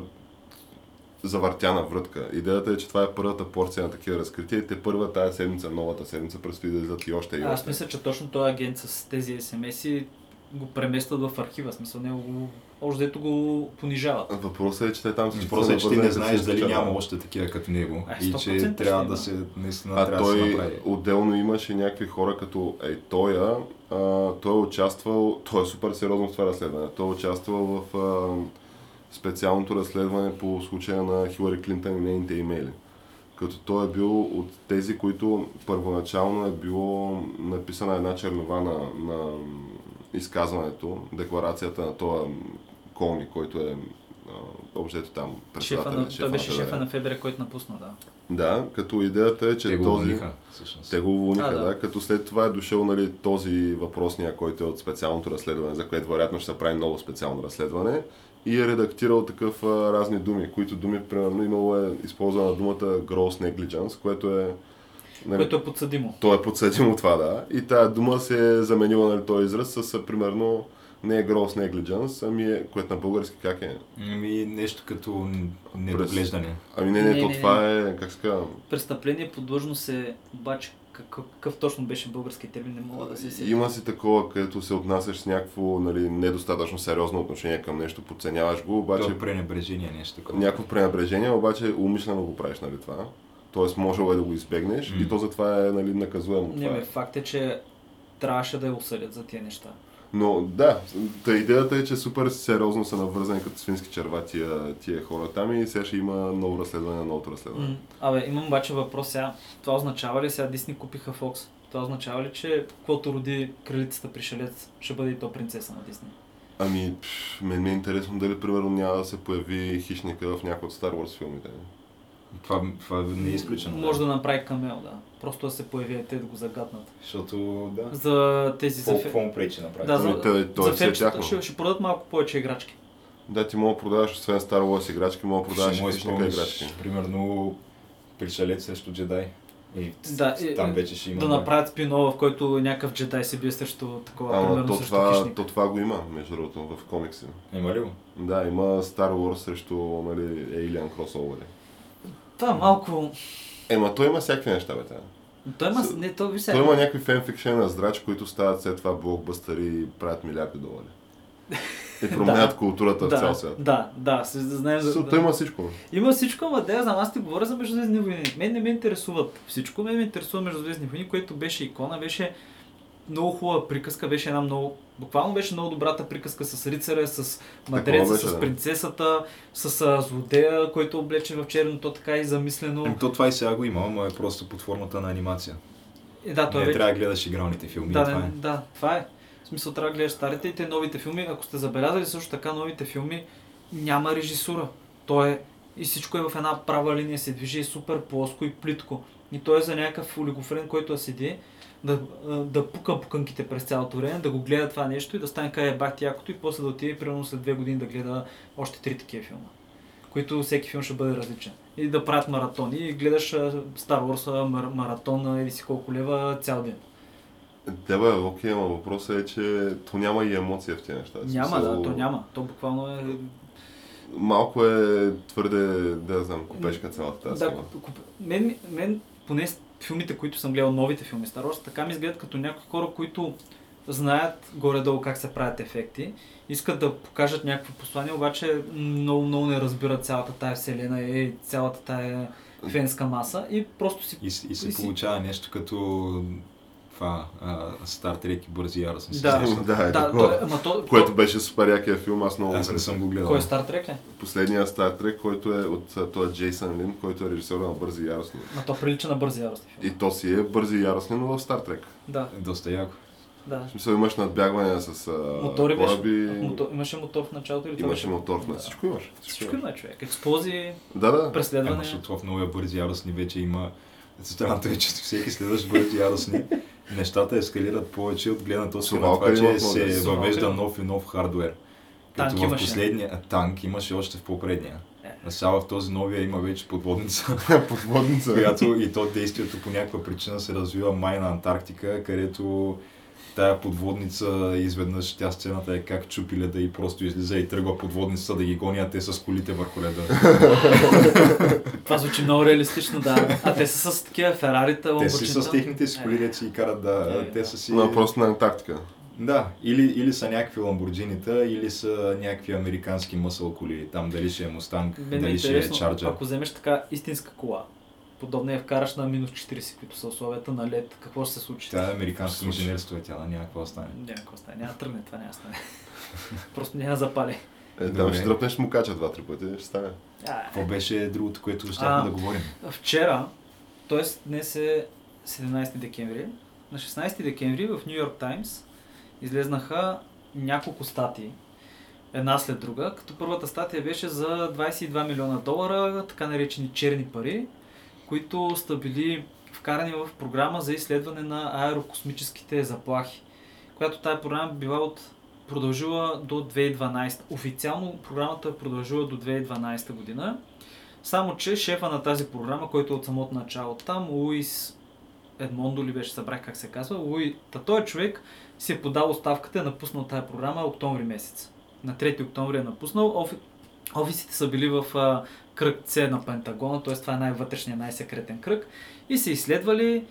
Speaker 1: завъртяна врътка. Идеята е, че това е първата порция на такива разкрития и те първа тази седмица, новата седмица, предстои да излизат и още и
Speaker 3: Аз
Speaker 1: още.
Speaker 3: мисля, че точно този агент с тези смс-и го преместват в архива. Смисъл, него го... Общо дето го понижават.
Speaker 1: Въпросът е, че те там всички
Speaker 2: Въпросът е, че ти не
Speaker 1: навързани
Speaker 2: знаеш
Speaker 1: с
Speaker 2: дали
Speaker 1: всички
Speaker 2: няма
Speaker 1: чата.
Speaker 2: още такива като него.
Speaker 3: Е,
Speaker 2: И
Speaker 3: 100%
Speaker 2: че
Speaker 3: ще
Speaker 2: трябва
Speaker 3: има.
Speaker 2: да се, наистина
Speaker 1: А
Speaker 2: трябва да се
Speaker 1: той
Speaker 2: направи.
Speaker 1: отделно имаше някакви хора като ей тоя, а, той е участвал, той е супер сериозно в това разследване. Той е участвал в а, специалното разследване по случая на Хилари Клинтън и нейните имейли. Като той е бил от тези, които първоначално е било написана една чернова на, на изказването, декларацията на този Колни, който е а, общо там
Speaker 3: Шефа
Speaker 1: председател.
Speaker 3: на... Той беше шефа на ФБР, който напусна, да.
Speaker 1: Да, като идеята е, че
Speaker 2: Те го
Speaker 1: този...
Speaker 2: уволниха, всъщност.
Speaker 1: Те го уволниха,
Speaker 3: А, да.
Speaker 1: да. Като след това е дошъл нали, този въпросния, който е от специалното разследване, за което вероятно ще се прави ново специално разследване. И е редактирал такъв а, разни думи, които думи, примерно, имало е използвана думата gross negligence, което е... Нали,
Speaker 3: Което е подсъдимо.
Speaker 1: Той е подсъдим от това, да. И тая дума се е заменила, нали, този израз с, а, примерно, не е gross negligence, ами е, което на български как е?
Speaker 2: Ами нещо като н- недоглеждане.
Speaker 1: Ами не, не,
Speaker 3: Не,
Speaker 1: то
Speaker 3: не,
Speaker 1: това е, как се казва,
Speaker 3: Престъпление по длъжност е обаче какъв, какъв точно беше български термин, не мога да се сетя.
Speaker 1: Има си такова, където се отнасяш с някакво нали, недостатъчно сериозно отношение към нещо, подценяваш го,
Speaker 2: Обаче...
Speaker 1: обаче
Speaker 2: е пренебрежение, нещо такова.
Speaker 1: някакво пренебрежение, обаче умишлено го правиш нали, това. Тоест, можело е да го избегнеш
Speaker 2: М.
Speaker 1: и то затова е нали, наказуемо.
Speaker 3: Не,
Speaker 1: това.
Speaker 3: бе,
Speaker 1: е.
Speaker 3: факт е, че трябваше да я осъдят за тия неща.
Speaker 1: Но да, та идеята е, че супер сериозно са навързани като свински черва тия, тия хора там и сега ще има ново разследване, новото разследване.
Speaker 3: М, Абе, имам обаче въпрос сега. Това означава ли сега Дисни купиха Фокс? Това означава ли, че каквото роди кралицата пришелец, ще бъде и то принцеса на Дисни?
Speaker 1: Ами, пф, мен ми е интересно дали примерно няма да се появи хищника в някой от Star Wars филмите.
Speaker 2: Това, това не е изключено.
Speaker 3: Може да направи камел, да. Просто да се появи и те да го загаднат.
Speaker 2: Защото, да.
Speaker 3: За тези за... фе-
Speaker 2: му пречи направи?
Speaker 3: Да,
Speaker 1: Ами,
Speaker 3: за,
Speaker 1: той- той
Speaker 3: за
Speaker 1: си е
Speaker 3: фенчета
Speaker 1: тяхно.
Speaker 3: ще, ще продадат малко повече играчки.
Speaker 1: Да, ти мога да продаваш, освен Star Wars играчки, мога да продаваш и
Speaker 2: Ще му
Speaker 1: хищника
Speaker 2: изпълниш,
Speaker 1: играчки.
Speaker 2: Примерно, пришелец срещу джедай. И
Speaker 3: Да,
Speaker 2: да,
Speaker 3: и-
Speaker 2: там вече ще има.
Speaker 3: Да направят спин в който някакъв джедай се бие срещу такова,
Speaker 1: Ама
Speaker 3: примерно
Speaker 1: то
Speaker 3: срещу
Speaker 1: това,
Speaker 3: хищник.
Speaker 1: то това го има, между другото, в комикси.
Speaker 2: Има ли го?
Speaker 1: Да, има Star Wars срещу нали, Alien кросовери.
Speaker 3: Това е малко...
Speaker 1: Ема той има всякакви неща, бе. тя.
Speaker 3: Той има...
Speaker 1: С-
Speaker 3: Не, то виж
Speaker 1: Той
Speaker 3: сега.
Speaker 1: има някакви фенфикшен на здрач, които стават след това блокбъстъри и правят милиарди долари. И променят културата в цял
Speaker 3: Да,
Speaker 1: свят.
Speaker 3: да, да, с- да знаем за...
Speaker 1: Со, Той има всичко.
Speaker 3: Има всичко, ама да, я знам, аз ти говоря за Междузвездни войни. Мен не ме интересуват всичко, мен ме интересува Междузвездни войни, което беше икона, беше много хубава приказка, беше една много... Буквално беше много добрата приказка с рицаря, с мадреца,
Speaker 1: беше,
Speaker 3: с
Speaker 1: да.
Speaker 3: принцесата, с а, злодея, който е облечен в черно, то така и замислено.
Speaker 2: Ами, То това и сега го има, ама е просто под формата на анимация.
Speaker 3: Е, да, той
Speaker 2: не
Speaker 3: вече...
Speaker 2: трябва да гледаш игралните филми.
Speaker 3: Да,
Speaker 2: това
Speaker 3: не,
Speaker 2: е.
Speaker 3: да, това е. В смисъл трябва да гледаш старите и те новите филми. Ако сте забелязали също така, новите филми няма режисура. То е и всичко е в една права линия, се движи е супер плоско и плитко. И той е за някакъв олигофрен, който да седи, да, а, да пука пуканките през цялото време, да го гледа това нещо и да стане кае бах якото и после да отиде примерно след две години да гледа още три такива филма. Които всеки филм ще бъде различен. И да правят маратони и гледаш а, Star Wars а, мар- маратона или си колко лева цял ден.
Speaker 1: Да, Е, бе, окей, ама въпросът е, че то няма и емоция в тези неща.
Speaker 3: Няма,
Speaker 1: Смисъл,
Speaker 3: да, то няма. То буквално е...
Speaker 1: Малко е твърде, да я знам, купешка цялата тази.
Speaker 3: да,
Speaker 1: схема.
Speaker 3: куп... мен, мен, поне с- филмите, които съм гледал, новите филми Star Wars, така ми изглеждат като някои хора, които знаят горе-долу как се правят ефекти, искат да покажат някакво послание, обаче много, много не разбират цялата тая вселена и цялата тая фенска маса и просто си...
Speaker 2: И, с- и се
Speaker 3: И си-
Speaker 2: получава нещо като това, а, Star Trek и Бързи Яра съм се
Speaker 3: Да.
Speaker 2: срещал.
Speaker 1: да, е
Speaker 3: да,
Speaker 1: такова.
Speaker 3: то, е- ама то...
Speaker 1: Което беше супер якия филм, аз много
Speaker 2: Аз не съм го гледал.
Speaker 3: Кой е Star Trek ли?
Speaker 1: Последния Star Trek, който е от а, той е Джейсън Лин, който е режисьор на Бързи и яростни.
Speaker 3: Ма то прилича на бързи яростни филм.
Speaker 1: И то си е Бързи и яростни, но в Star Trek.
Speaker 3: Да,
Speaker 2: Доста яко.
Speaker 3: да.
Speaker 1: В смисъл имаш надбягвания с а,
Speaker 3: Мотори беше...
Speaker 1: кораби,
Speaker 3: Мотор... Имаше мотор в началото или това
Speaker 1: имаш и
Speaker 3: беше-
Speaker 1: мотор, на
Speaker 3: Да.
Speaker 1: всичко имаш.
Speaker 3: Всичко има човек. Експлозии,
Speaker 1: Да, да.
Speaker 2: Ама
Speaker 3: преследване.
Speaker 2: защото в новия бързи яростни вече има Странното е, че всеки следващ бързи яростни нещата ескалират повече от гледна точка на
Speaker 1: Совалка
Speaker 2: това,
Speaker 1: има
Speaker 2: че
Speaker 1: в новия.
Speaker 2: се
Speaker 3: Совалка
Speaker 2: въвежда
Speaker 3: има.
Speaker 2: нов и нов хардвер.
Speaker 3: Танк
Speaker 2: Като в
Speaker 3: имаше.
Speaker 2: последния танк имаше още в попредния.
Speaker 3: Е.
Speaker 2: А сега в този новия има вече подводница,
Speaker 1: Подводница.
Speaker 2: която и то действието по някаква причина се развива май на Антарктика, където тая подводница изведнъж тя сцената е как чупи леда и просто излиза и тръгва подводница да ги гоня, а те с колите върху леда.
Speaker 3: Това звучи много реалистично, да. А те са с такива Е. ферарита,
Speaker 2: Те си с
Speaker 3: ламборджита.
Speaker 2: техните си коли, дето си ги карат да...
Speaker 3: Е,
Speaker 2: Те
Speaker 3: да.
Speaker 2: са си...
Speaker 1: На просто на Антарктика.
Speaker 2: Да, или, или са някакви ламборджинита, или са някакви американски мъсъл коли. Там дали ще е Мустанг,
Speaker 3: Мен ми е
Speaker 2: дали ще е
Speaker 3: интересно,
Speaker 2: Чарджа.
Speaker 3: ако вземеш така истинска кола, подобна я вкараш на минус 40, които са условията на лед, какво ще се случи?
Speaker 2: Тя е американско
Speaker 1: Слушай.
Speaker 2: инженерство, е тя да няма какво да стане.
Speaker 3: Няма какво стане, няма да тръгне, това няма да стане. Просто няма да запали.
Speaker 1: Е, там
Speaker 2: Добре.
Speaker 1: ще дръпнеш му кача два-три пъти, ще стане.
Speaker 3: А, е.
Speaker 2: Какво беше другото, което ще
Speaker 3: А.
Speaker 2: да говорим?
Speaker 3: Вчера, т.е. днес е 17 декември, на 16 декември в Нью Йорк Таймс излезнаха няколко статии, една след друга, като първата статия беше за 22 милиона долара, така наречени черни пари, които са били вкарани в програма за изследване на аерокосмическите заплахи, която тази програма била от продължила до 2012. Официално програмата е продължила до 2012 година. Само, че шефа на тази програма, който е от самото начало там, Луис Едмондо ли беше, събрах как се казва, Луи... Та той човек си е подал оставката и е напуснал тази програма октомври месец. На 3 октомври е напуснал. Офи... Офисите са били в а, кръг С на Пентагона, т.е. това е най-вътрешния, най-секретен кръг. И са изследвали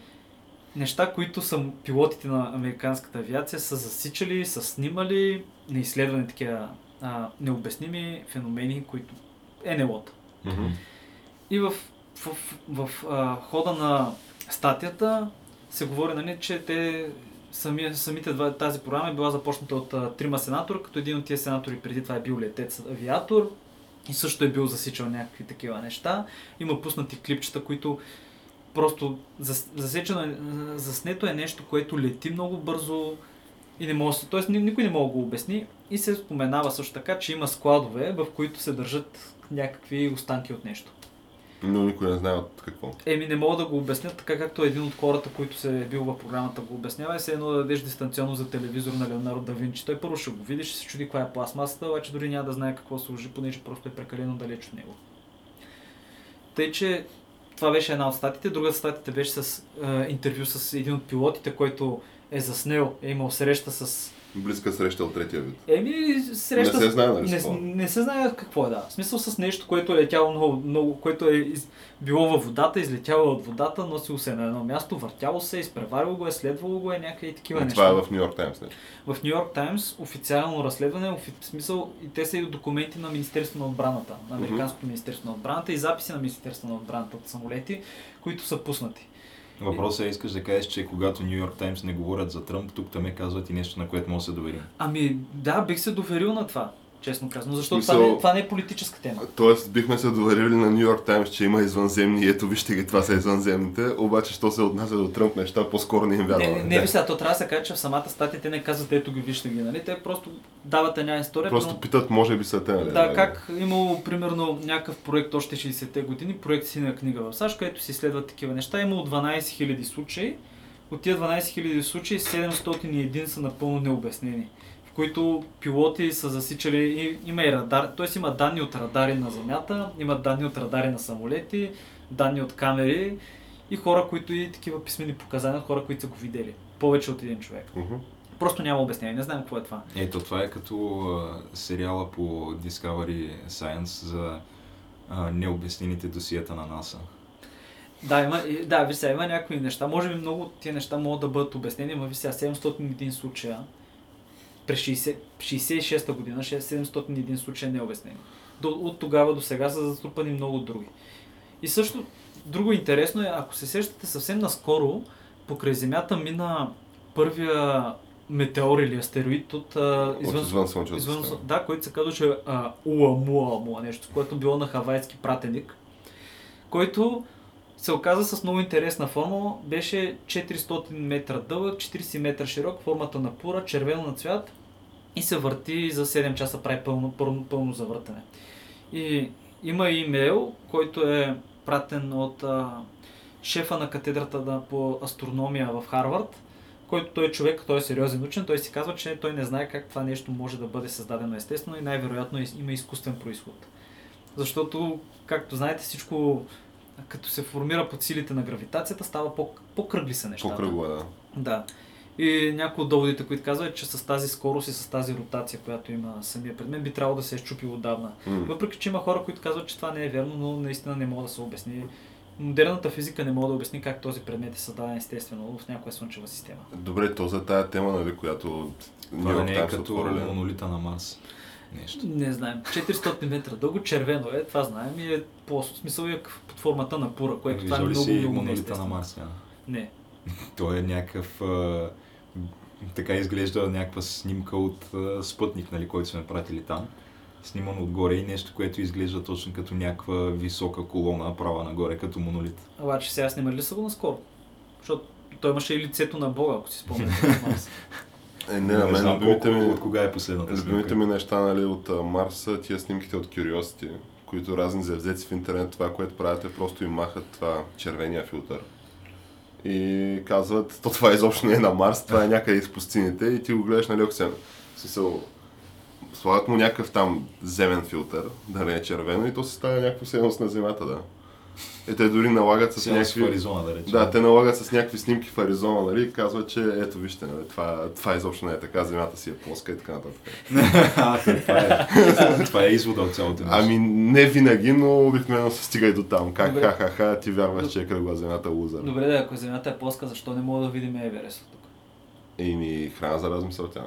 Speaker 3: неща, които са пилотите на американската авиация са засичали, са снимали, неизследвани такива а, необясними феномени, които е нелота. И в, в, в, в а, хода на статията се говори, нали, че те сами, самите два, тази програма е била започната от а, трима сенатора, като един от тия сенатори преди това е бил летец авиатор и също е бил засичал някакви такива неща. Има пуснати клипчета, които просто зас- засечено, е- заснето е нещо, което лети много бързо и не може, т.е. никой не може да го обясни и се споменава също така, че има складове, в които се държат някакви останки от нещо.
Speaker 1: Но никой не знае от какво.
Speaker 3: Еми не мога да го обяснят така както един от хората, който се е бил в програмата го обяснява и все едно да дадеш дистанционно за телевизор на Леонардо да Винчи. Той първо ще го види, ще се чуди каква е пластмасата, обаче дори няма да знае какво служи, понеже просто е прекалено далеч от него. Тъй, че това беше една от статите. Другата статите беше с е, интервю с един от пилотите, който е заснел, е имал среща с...
Speaker 1: Близка среща от третия вид.
Speaker 3: Еми, среща
Speaker 1: Не се
Speaker 3: с...
Speaker 1: знае, нали?
Speaker 3: Не,
Speaker 1: с какво?
Speaker 3: не се знае какво е, да. В смисъл с нещо, което е летяло много, много което е из... било във водата, излетяло от водата, носило се на едно място, въртяло се, изпреварило го е, следвало го е някъде и такива
Speaker 1: Но
Speaker 3: неща.
Speaker 1: Това е в Нью Йорк Таймс. нали?
Speaker 3: В Нью Йорк Таймс официално разследване, офи... в смисъл и те са и документи на Министерството на отбраната, на
Speaker 1: Мгм.
Speaker 3: Американското Министерство на отбраната и записи на Министерството на отбраната от самолети, които са пуснати.
Speaker 2: Въпросът е, искаш да кажеш, че когато Нью Йорк Таймс не говорят за Тръмп, тук там казват и нещо, на което може да се доверим.
Speaker 3: Ами да, бих се доверил на това, честно казано, защото
Speaker 1: смисъл-
Speaker 3: това, не, това не е политическа тема.
Speaker 1: Тоест, бихме се доверили на Нью Йорк Таймс, че има извънземни и ето вижте ги, това са извънземните, обаче, що се отнася до Тръмп неща, по-скоро не им
Speaker 3: Не,
Speaker 1: вярваме.
Speaker 3: не, не ви сега, то трябва да се каже, че в самата статия те не казват ето ги, вижте ги, нали? Те просто дават една история.
Speaker 1: Просто
Speaker 3: примерно-
Speaker 1: питат, може би са те, нали?
Speaker 3: Да, как имало примерно някакъв проект още 60-те години, проект Сина книга в САЩ, където се изследват такива неща. Имало 12 000 случаи. От тия 12 000 случаи 701 са напълно необяснени, в които пилоти са засичали, и- има и радар, т.е. има данни от радари на Земята, има данни от радари на самолети, данни от камери и хора, които и такива писмени показания от хора, които са го видели. Повече от един човек.
Speaker 1: Мгм.
Speaker 3: Просто няма обяснение, не знам какво е това.
Speaker 2: Ето, това е като а, сериала по Discovery Science за а, необяснените досиета на НАСА.
Speaker 3: Да, има, и- да, ви сега има някои неща. Може би много от тия неща могат да бъдат обяснени, но ви сега 701 случая през 60, 66-та година, 6 701 случая не е обяснени. До, от тогава до сега са затрупани много други. И също, друго интересно е, ако се сещате съвсем наскоро, покрай Земята мина първия метеор или астероид от, а,
Speaker 1: От
Speaker 3: извън,
Speaker 1: извън слънчевата
Speaker 3: Извън,
Speaker 1: система.
Speaker 3: да, който се казва, че а, Уамуамуа, нещо, което било на хавайски пратеник, който се оказа с много интересна формула. Беше 400 метра дълъг, 40 метра широк, формата на пура, червено на цвят и се върти и за 7 часа, прави пълно, пълно, пълно завъртане. И има и имейл, който е пратен от а, шефа на катедрата на, по астрономия в Харвард, който той е човек, той е сериозен учен, той си казва, че той не знае как това нещо може да бъде създадено естествено и най-вероятно из- има изкуствен происход. Защото, както знаете, всичко като се формира под силите на гравитацията, става по- по-кръгли са нещата.
Speaker 1: По-кръгла, да.
Speaker 3: Да. И някои от доводите, които казват, че с тази скорост и с тази ротация, която има самия предмет, би трябвало да се е щупил отдавна.
Speaker 1: М.
Speaker 3: Въпреки, че има хора, които казват, че това не е вярно, но наистина не мога да се обясни. Модерната физика не мога да обясни как този предмет е създаден естествено в някоя слънчева система.
Speaker 1: Добре, то за тая тема, нали, която
Speaker 2: Това
Speaker 1: Нью
Speaker 2: да
Speaker 1: Йорк
Speaker 2: не е
Speaker 1: Таймс
Speaker 2: като
Speaker 1: отворили.
Speaker 2: монолита на Марс. Нещо.
Speaker 3: Не знаем. 400 метра дълго, червено е, това знаем и е по смисъл е къв- под формата на пура, което това е
Speaker 2: Ами, Виждал ли
Speaker 3: много,
Speaker 2: си
Speaker 3: много
Speaker 2: монолита на
Speaker 3: неестествено.
Speaker 2: Марс? Яна?
Speaker 3: Не.
Speaker 2: Той е някакъв... а, Така изглежда някаква снимка от а, спътник, нали, който сме пратили там. Сниман отгоре и нещо, което изглежда точно като някаква висока колона, права нагоре, като монолит.
Speaker 3: Обаче сега снимали ли са го наскоро? Защото той имаше и лицето на Бога, ако си спомняте. на Марс.
Speaker 1: Е, не, на мен
Speaker 2: знам
Speaker 1: любимите
Speaker 2: колко-
Speaker 1: ми...
Speaker 2: от кога е последната
Speaker 1: Любимите
Speaker 2: снимка.
Speaker 1: ми неща нали, от а, Марс са тия снимките от Curiosity, които разни завзеци в интернет, това, което правят е просто им махат това червения филтър. И казват, то това изобщо не е на Марс, това е някъде из пустините и ти го гледаш на леко се. Смисъл, слагат му някакъв там земен филтър, да не е червено и то се става някакво седност на Земята, да. И те дори налагат с
Speaker 2: Сега си в
Speaker 1: някакви...
Speaker 2: Аризона, да речем.
Speaker 1: Да, те налагат с някакви снимки в Аризона, нали, и казват, че ето вижте, нали, това, това изобщо не е така, земята си е плоска и така нататък.
Speaker 2: А, то това е, това е извода от цялото нещо.
Speaker 1: Ами не винаги, но обикновено се стига и до там. Как
Speaker 3: Добре.
Speaker 1: ха-ха-ха, ти вярваш, че е кръгла земята лузър.
Speaker 3: Добре, да, ако земята е плоска, защо не мога да видим Еверест от тук?
Speaker 1: И ми храна за размисъл тя.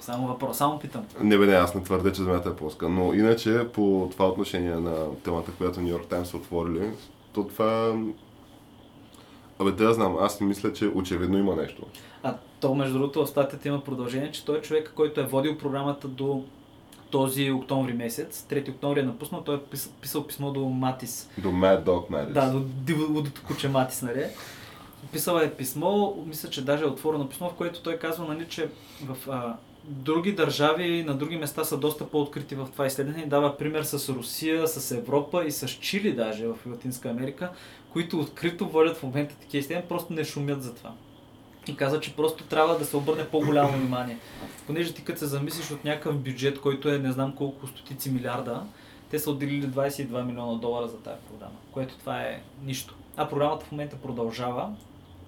Speaker 3: Само въпрос, само питам.
Speaker 1: Не бе, не, аз не твърдя, че земята е плоска. Но иначе, по това отношение на темата, която Нью Йорк Таймс са отворили, то това... Абе, да знам, аз не мисля, че очевидно има нещо.
Speaker 3: А то, между другото, в статията има продължение, че той е човек, който е водил програмата до този октомври месец. 3 октомври е напуснал, той е писал, писал писмо до Матис,
Speaker 1: До Mad Dog Matters.
Speaker 3: да, до дивото куче Матис, нали? Писала е писмо, мисля, че даже е отворено писмо, в което той казва, нали, че в а, други държави на други места са доста по-открити в това изследване. И Дава пример с Русия, с Европа и с Чили даже в Латинска Америка, които открито водят в момента такива изследвания, просто не шумят за това. И каза, че просто трябва да се обърне по-голямо внимание. Понеже ти като се замислиш от някакъв бюджет, който е не знам колко стотици милиарда, те са отделили 22 милиона долара за тази програма, което това е нищо. А програмата в момента продължава.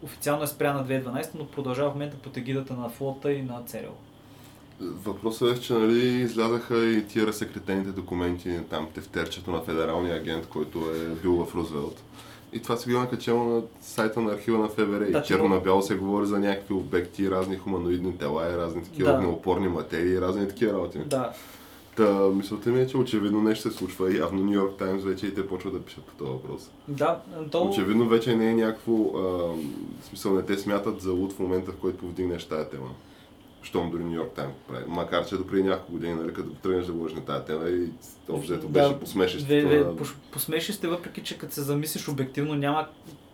Speaker 3: Официално е спряна 2012, но продължава в момента под егидата на флота и на ЦРУ.
Speaker 1: Въпросът е, че нали, излязаха и тия разсекретените документи, там тефтерчето на федералния агент, който е бил в Рузвелт. И това се било накачено на сайта на архива на ФБР.
Speaker 3: Да,
Speaker 1: и черно на бяло се говори за някакви обекти, разни хуманоидни тела и разни такива
Speaker 3: Да.
Speaker 1: огнеупорни материи и разни такива работи.
Speaker 3: Да,
Speaker 1: Та, мисълта ми е, че очевидно нещо се случва и явно Нью Йорк Таймс вече и те почват да пишат по този въпрос.
Speaker 3: да, то...
Speaker 1: Очевидно вече не е някакво, а, в смисъл не те смятат за луд в момента, в който повдигнеш тая тема. Щом дори Нью Йорк Таймс го прави. Макар, че до преди няколко години, нали, като тръгнеш да говориш на тая тема и общо взето
Speaker 3: Да,
Speaker 1: беше посмешещо.
Speaker 3: Ве, ве,
Speaker 1: на-
Speaker 3: пош- посмеши сте, въпреки че като се замислиш обективно, няма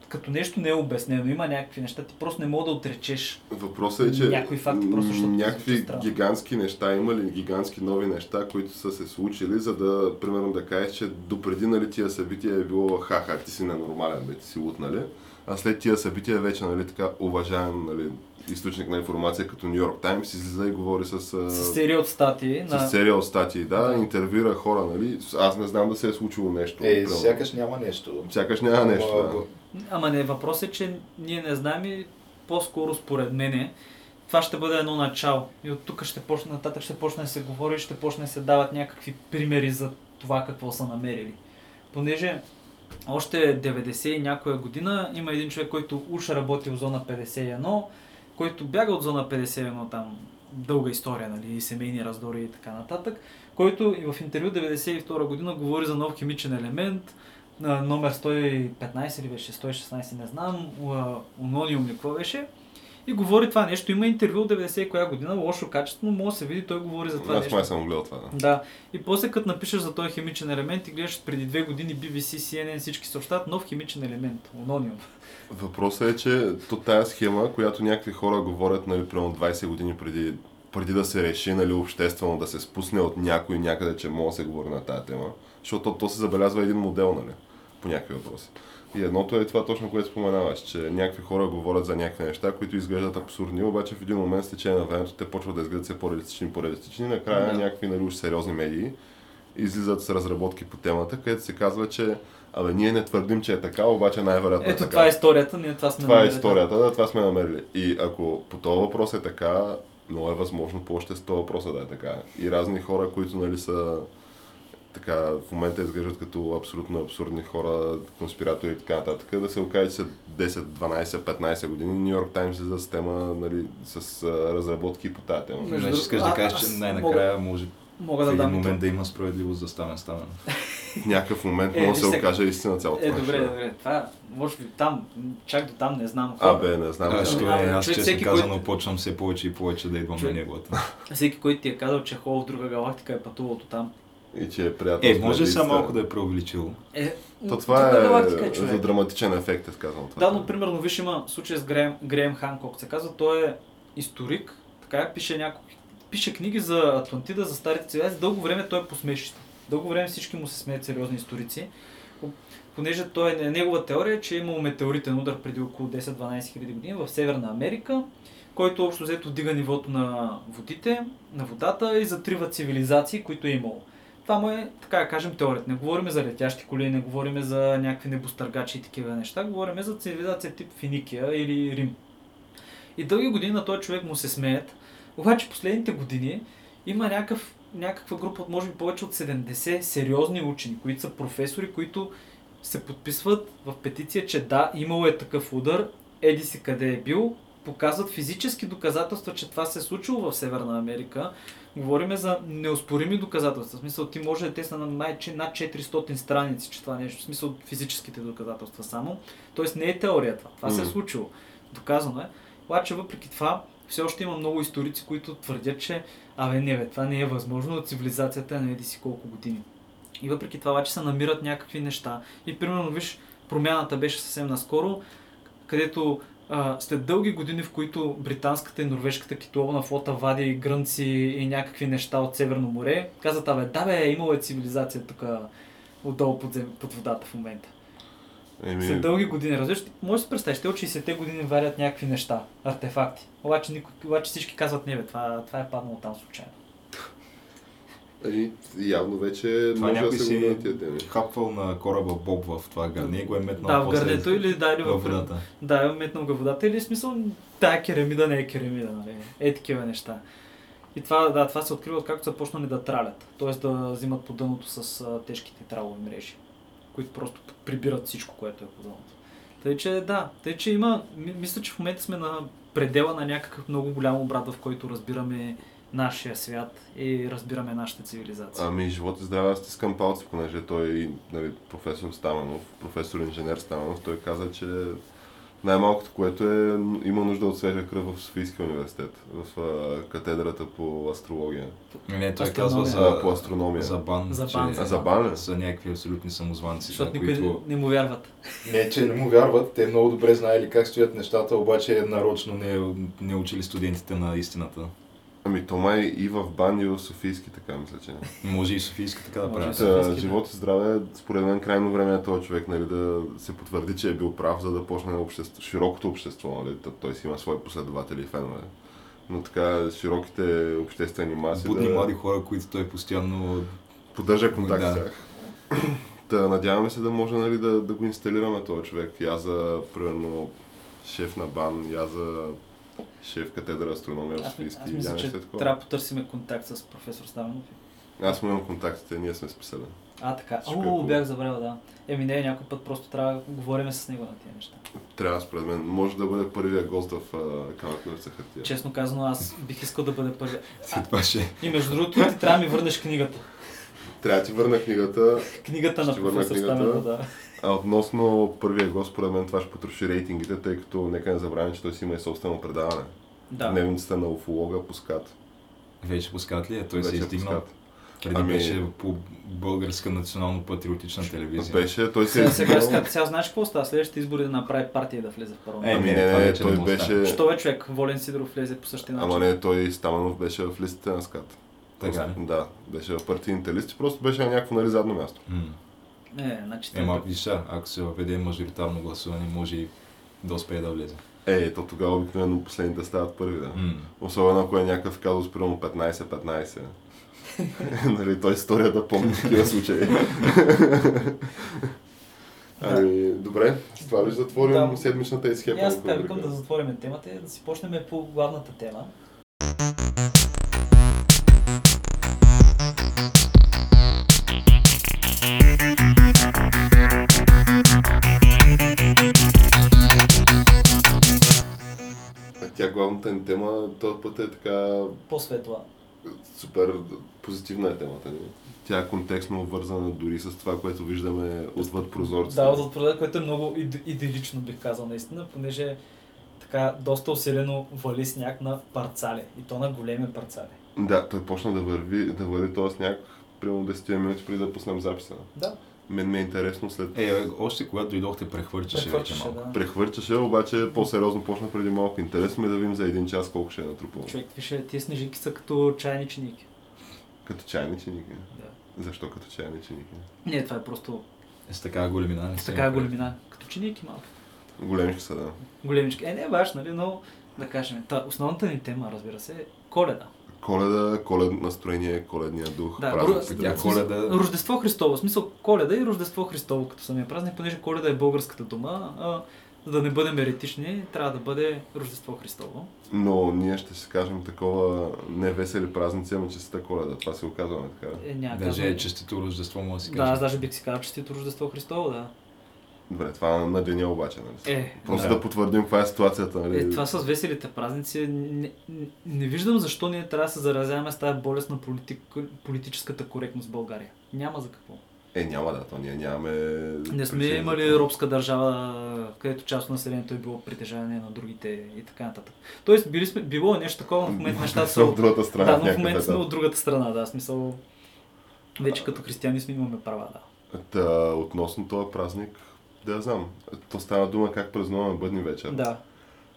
Speaker 3: като нещо не е обяснено, има някакви неща, ти просто не мога да отречеш.
Speaker 1: Въпросът е, че
Speaker 3: Някои факти просто, защото звучат
Speaker 1: някакви
Speaker 3: странно.
Speaker 1: гигантски неща има ли, гигантски нови неща, които са се случили, за да, примерно, да кажеш, че допреди нали, тия събития е било ха-ха, ти си ненормален, бе, ти си лут, нали? А след тия събития вече, нали, така, уважаем, нали, източник на информация, като Нью Йорк Таймс, излиза и говори с... а,
Speaker 3: С серия от статии
Speaker 1: Е, с
Speaker 3: на...
Speaker 1: серия от статии, да, интервюира хора, нали? Аз не знам да се е случило нещо.
Speaker 4: Е,
Speaker 1: примерно.
Speaker 4: сякаш няма нещо.
Speaker 1: Сякаш няма нещо,
Speaker 4: Ама,
Speaker 1: да.
Speaker 4: го-
Speaker 3: Ама не, въпросът е, че ние не знаем и по-скоро според мене това ще бъде едно начало. И от тук ще почне нататък, ще почне да се говори, ще почне да се дават някакви примери за това какво са намерили. Понеже още 90 и някоя година има един човек, който уж работи в зона 51, който бяга от зона 51 там дълга история, нали, и семейни раздори и така нататък, който и в интервю 92 година говори за нов химичен елемент, на номер 115 или беше 116, не знам, а, анониум ли какво беше. И говори това нещо. Има интервю от 90 коя година, лошо качество, но може да се види, той говори за това
Speaker 1: Аз
Speaker 3: нещо.
Speaker 1: май съм гледал това, да.
Speaker 3: Да. И после като напишеш за този химичен елемент и гледаш преди две години BBC, CNN, всички съобщават нов химичен елемент, анониум.
Speaker 1: Въпросът е, че то тая схема, която някакви хора говорят, нали, примерно 20 години преди, преди да се реши, нали, обществено да се спусне от някой някъде, че може да се говори на тая тема, защото то, то се забелязва един модел, нали, по някакви въпроси. И едното е това точно, което споменаваш, че някакви хора говорят за някакви неща, които изглеждат абсурдни, обаче в един момент с течение на времето те почват да изглеждат все по-реалистични и по-реалистични, накрая
Speaker 3: Да.
Speaker 1: някакви нали, уж сериозни медии излизат с разработки по темата, където се казва, че абе, ние не твърдим, че е така, обаче най-вероятно е
Speaker 3: Ето
Speaker 1: така.
Speaker 3: това е историята, ние това сме
Speaker 1: Това е
Speaker 3: намерили.
Speaker 1: историята, да, това сме намерили. И ако по този въпрос е така, много е възможно по още 100 въпроса да е така. И разни хора, които нали са така, в момента изглеждат като абсолютно абсурдни хора, конспиратори и така нататък, да се окаже, че след 10, 12, 15 години Нью Йорк Таймс излиза с тема, нали, с а, разработки по тази тема.
Speaker 3: Между
Speaker 2: Значи
Speaker 3: друг-
Speaker 2: искаш да
Speaker 3: а-
Speaker 2: кажеш,
Speaker 3: аз
Speaker 2: че най-накрая може
Speaker 3: Мога
Speaker 2: в
Speaker 3: да
Speaker 2: един
Speaker 3: дам и
Speaker 2: момент
Speaker 3: това.
Speaker 2: да има справедливост за Стамен Стамен.
Speaker 1: В някакъв момент
Speaker 3: Е,
Speaker 1: може да
Speaker 3: виж
Speaker 1: се
Speaker 3: сега.
Speaker 1: окаже истина цялото
Speaker 3: Е,
Speaker 1: нещо.
Speaker 3: добре, добре. Това, може би там, чак до там не знам.
Speaker 1: Абе, не знам.
Speaker 2: Аз,
Speaker 1: да.
Speaker 2: ще- е,
Speaker 3: а,
Speaker 2: аз
Speaker 3: човек,
Speaker 2: честно
Speaker 3: всеки,
Speaker 2: казано почвам все повече и повече да идвам на
Speaker 3: Човек-
Speaker 2: неговата.
Speaker 3: Всеки, който ти е казал, че е хубаво в друга галактика е пътувал до там.
Speaker 1: И че е приятел.
Speaker 2: Е,
Speaker 1: с
Speaker 2: може ли сега
Speaker 1: медиите.
Speaker 2: малко да е преувеличил?
Speaker 3: Е,
Speaker 1: То това
Speaker 3: друга
Speaker 1: е,
Speaker 3: галактика, човек.
Speaker 1: за драматичен ефект, е сказано това.
Speaker 3: Да, но примерно, виж, има случай с Греем, Греем Ханкок. Се казва, той е историк, така е, пише няколко. Пише книги за Атлантида, за старите цивилизации. Дълго време той е посмешище. Дълго време всички му се смеят сериозни историци. Понеже той, не- негова теория е, че е имал метеоритен удар преди около 10-12 хиляди години в Северна Америка, който общо взето вдига нивото на водите, на водата и затрива цивилизации, които е имало. Това му е, така да кажем, теорията. Не говорим за летящи коли, не говорим за някакви небостъргачи и такива неща. Говорим за цивилизация тип Финикия или Рим. И дълги години на този човек му се смеят. Обаче последните години има някакъв, някаква група от може би повече от 70 сериозни учени, които са професори, които се подписват в петиция, че да, имало е такъв удар, еди си къде е бил, показват физически доказателства, че това се е случило в Северна Америка. Говориме за неоспорими доказателства. В смисъл, ти може да те са на най- че- над 400 страници, че това нещо. В смисъл, физическите доказателства само. Тоест не е теория това. Това се е
Speaker 1: Мгм.
Speaker 3: случило. Доказано е. Обаче, въпреки това, все още има много историци, които твърдят, че абе не бе, това не е възможно от цивилизацията на еди си колко години. И въпреки това, обаче се намират някакви неща. И примерно, виж, промяната беше съвсем наскоро, където а, след дълги години, в които британската и норвежката китоловна флота вади грънци и някакви неща от Северно море, казват, абе, да бе, имало е цивилизация тук отдолу под, зем... под водата в момента.
Speaker 1: Еми,
Speaker 3: След дълги години, разбираш, може да си представиш, те от 60-те години варят някакви неща, артефакти. Обаче, никой, обаче всички казват, не бе, това, това е паднало там случайно.
Speaker 1: и Нали, явно вече
Speaker 2: Това
Speaker 1: може да
Speaker 2: някой
Speaker 1: се
Speaker 2: си е
Speaker 1: говори на тия теми.
Speaker 2: хапвал на кораба Боб в това гърне и го е метнал
Speaker 3: да, в
Speaker 2: после
Speaker 3: гърдето или да, или в,
Speaker 2: във водата.
Speaker 3: Да, е метнал го водата или в смисъл, да, керамида не е керамида, нали? Е, такива неща. И това, да, това се открива откакто са почнали да тралят, т.е. да взимат по дъното с а, тежките тралови мрежи, които просто прибират всичко, което е по дъното. Тъй, че да, тъй, че има, ми- мисля, че в момента сме на предела на някакъв много голям обрат, в който разбираме нашия свят и разбираме нашата цивилизация.
Speaker 1: Ами, живот и здраве, аз стискам палци, понеже той, нали, професор Стаменов, професор инженер Стаменов, той каза, че най-малкото, което е, има нужда от свежа кръв в Софийския университет, в а, катедрата по астрология,
Speaker 2: Не, той
Speaker 3: Астрономия.
Speaker 2: казва
Speaker 1: за,
Speaker 2: за,
Speaker 1: по астрономия.
Speaker 2: за бан,
Speaker 3: За
Speaker 2: че-
Speaker 3: бан.
Speaker 1: А, за бан ли?
Speaker 2: са някакви абсолютни самозванци,
Speaker 3: Защото
Speaker 2: на
Speaker 3: никой
Speaker 2: които...
Speaker 3: не му вярват.
Speaker 2: Не, че не му вярват, те много добре знаели как стоят нещата, обаче нарочно не, не учили студентите на истината.
Speaker 1: Ами, то май и в бан, и в Софийски, така мисля, че.
Speaker 2: Може и Софийска така да
Speaker 3: Може
Speaker 2: правят.
Speaker 3: и Софийска.
Speaker 1: Та, живот и здраве, според мен крайно време е този човек нали, да се потвърди, че е бил прав, за да почне общество, широкото общество. Нали? Та, той си има свои последователи и фенове. Но така, широките обществени маси
Speaker 2: Будни
Speaker 1: да
Speaker 2: млади хора, които той постоянно...
Speaker 1: поддържа контакт
Speaker 2: Да.
Speaker 1: с тях. Та, надяваме се да може нали, да, да го инсталираме този човек. Я за, примерно, шеф на бан, я за шеф катедра астрономия в
Speaker 3: Аз,
Speaker 1: Софийски.
Speaker 3: аз
Speaker 1: я
Speaker 3: мисля, че
Speaker 2: е
Speaker 1: нещо такова.
Speaker 3: трябва да потърсиме контакт с професор Стаменов. и
Speaker 1: Аз му имам контактите, ние сме списали.
Speaker 3: А, така.
Speaker 1: Всичко е
Speaker 3: О,
Speaker 1: хубаво.
Speaker 3: бях забравил, да. Еми не, някой път просто трябва да говорим с него на тия неща.
Speaker 1: Трябва, според мен. Може да бъде първия гост в а, камък на хартия.
Speaker 3: Честно казано, аз бих искал да бъда първи.
Speaker 2: След това ще...
Speaker 3: И между другото, ти трябва да ми върнеш книгата.
Speaker 1: Трябва да ти върна книгата.
Speaker 3: Книгата на
Speaker 1: Ще върна
Speaker 3: професор
Speaker 1: книгата.
Speaker 3: Стаменов, да.
Speaker 1: А относно първия гост, според мен това ще потроши рейтингите, тъй като нека не забравяме, че той си има и собствено предаване.
Speaker 3: Да.
Speaker 1: Дневницата на уфолога пускат.
Speaker 2: Вече пускат ли? е? Той се е
Speaker 1: Вече
Speaker 2: издигнал.
Speaker 1: пускат.
Speaker 2: Преди
Speaker 1: Ами-
Speaker 2: беше по българска национално-патриотична телевизия.
Speaker 1: Беше, той се е
Speaker 3: Сега, сега,
Speaker 1: издигнал.
Speaker 3: сега, сега знаеш какво става? Следващите избори да направи партия и да влезе в парламент.
Speaker 2: Е,
Speaker 1: Ами
Speaker 2: не,
Speaker 1: не,
Speaker 2: това
Speaker 1: не,
Speaker 2: вече не
Speaker 1: той
Speaker 2: му остава.
Speaker 1: беше...
Speaker 3: Що е човек? Волен Сидоров влезе по
Speaker 2: е
Speaker 3: същия начин.
Speaker 1: Ама не, той Стаменов беше в листите на скат.
Speaker 2: Така ли?
Speaker 1: Да, беше в партийните листи, просто беше на някакво нали задно място.
Speaker 2: М.
Speaker 3: Не, значи те-
Speaker 2: Ема, виж, сега, ако се въведе мажоритарно гласуване, може и да успее да влезе.
Speaker 1: Е, то тогава обикновено последните стават първи, да.
Speaker 2: М.
Speaker 1: Особено ако е някакъв казус, примерно 15-15. нали, той история да помни такива случаи. ами, добре, с това ли затворим
Speaker 3: Да.
Speaker 1: седмичната и
Speaker 3: И
Speaker 1: схема?
Speaker 3: аз така
Speaker 1: рубрика?
Speaker 3: викам да затворим темата и да си почнем по главната тема.
Speaker 1: Тя главната ни тема, този път е така
Speaker 3: По-светла.
Speaker 1: супер позитивна е темата ни. Тя е контекстно обвързана дори с това, което виждаме отвъд прозорците.
Speaker 3: Да, от прода, което е много иде- идилично бих казал наистина, понеже така доста усилено вали сняг на парцали и то на големи парцали.
Speaker 1: Да, той почна да върви, да върви този сняг примерно 10 минути преди да пуснем записа.
Speaker 3: Да,
Speaker 1: Мен ми е интересно след
Speaker 2: Е, още когато дойдохте, прехвърчаше вече
Speaker 3: прехвърчаше,
Speaker 2: малко.
Speaker 3: да.
Speaker 1: Прехвърчаше, обаче по-сериозно почна преди малко. Интересно ми е да видим за един час колко ще е натрупало.
Speaker 3: Човек, више, тия снежинки са като чайни чиники.
Speaker 1: Като чайниченик е.
Speaker 3: Да.
Speaker 1: Защо като чайниченик е?
Speaker 3: Не, това е просто
Speaker 2: С такава големина не
Speaker 3: с
Speaker 2: се
Speaker 3: такава
Speaker 2: направи.
Speaker 3: големина. Като чиники малко.
Speaker 1: Големички е? са, да.
Speaker 3: Големички. Е, не е важно, нали, но да кажем. Та, основната ни тема, разбира се, е коледа.
Speaker 1: Коледа, коледно настроение, коледния дух,
Speaker 3: Да,
Speaker 1: празниците.
Speaker 2: При тях
Speaker 3: смисъл,
Speaker 2: коледа...
Speaker 3: Рождество Христово, в смисъл Коледа и Рождество Христово като самия празник, понеже Коледа е българската дума, а за да не бъдем еретични, трябва да бъде Рождество Христово.
Speaker 1: Но ние ще си кажем такова невесели празници, ама честита коледа. Това се оказваме така.
Speaker 3: Е, няма
Speaker 2: Даже
Speaker 3: казвам.
Speaker 2: е честито Рождество, може да си
Speaker 3: Да, аз
Speaker 2: каже.
Speaker 3: даже бих си казал честито Рождество Христово, да.
Speaker 1: Добре, това е на деня обаче, нали?
Speaker 3: Е,
Speaker 1: Просто
Speaker 2: да.
Speaker 1: да. потвърдим каква е ситуацията, нали?
Speaker 3: Е, това с веселите празници, не, не, не виждам защо ние трябва да се заразяваме с тази болест на политик, политическата коректност в България. Няма за какво.
Speaker 1: Е, няма да, то ние нямаме...
Speaker 3: Не сме
Speaker 1: причини за
Speaker 3: имали
Speaker 1: това.
Speaker 3: робска държава, където част от населението е било притежание на другите и така нататък. Тоест, били сме, било е нещо такова, но в момента нещата са
Speaker 1: от другата страна.
Speaker 3: Да,
Speaker 1: в
Speaker 3: но в
Speaker 1: някакъв
Speaker 3: момента сме
Speaker 1: етап.
Speaker 3: от другата страна, да, смисъл. Вече като християни сме имаме права, да.
Speaker 1: Та, относно този празник, да я знам. То стана дума как празнуваме бъдни вечер.
Speaker 3: Да.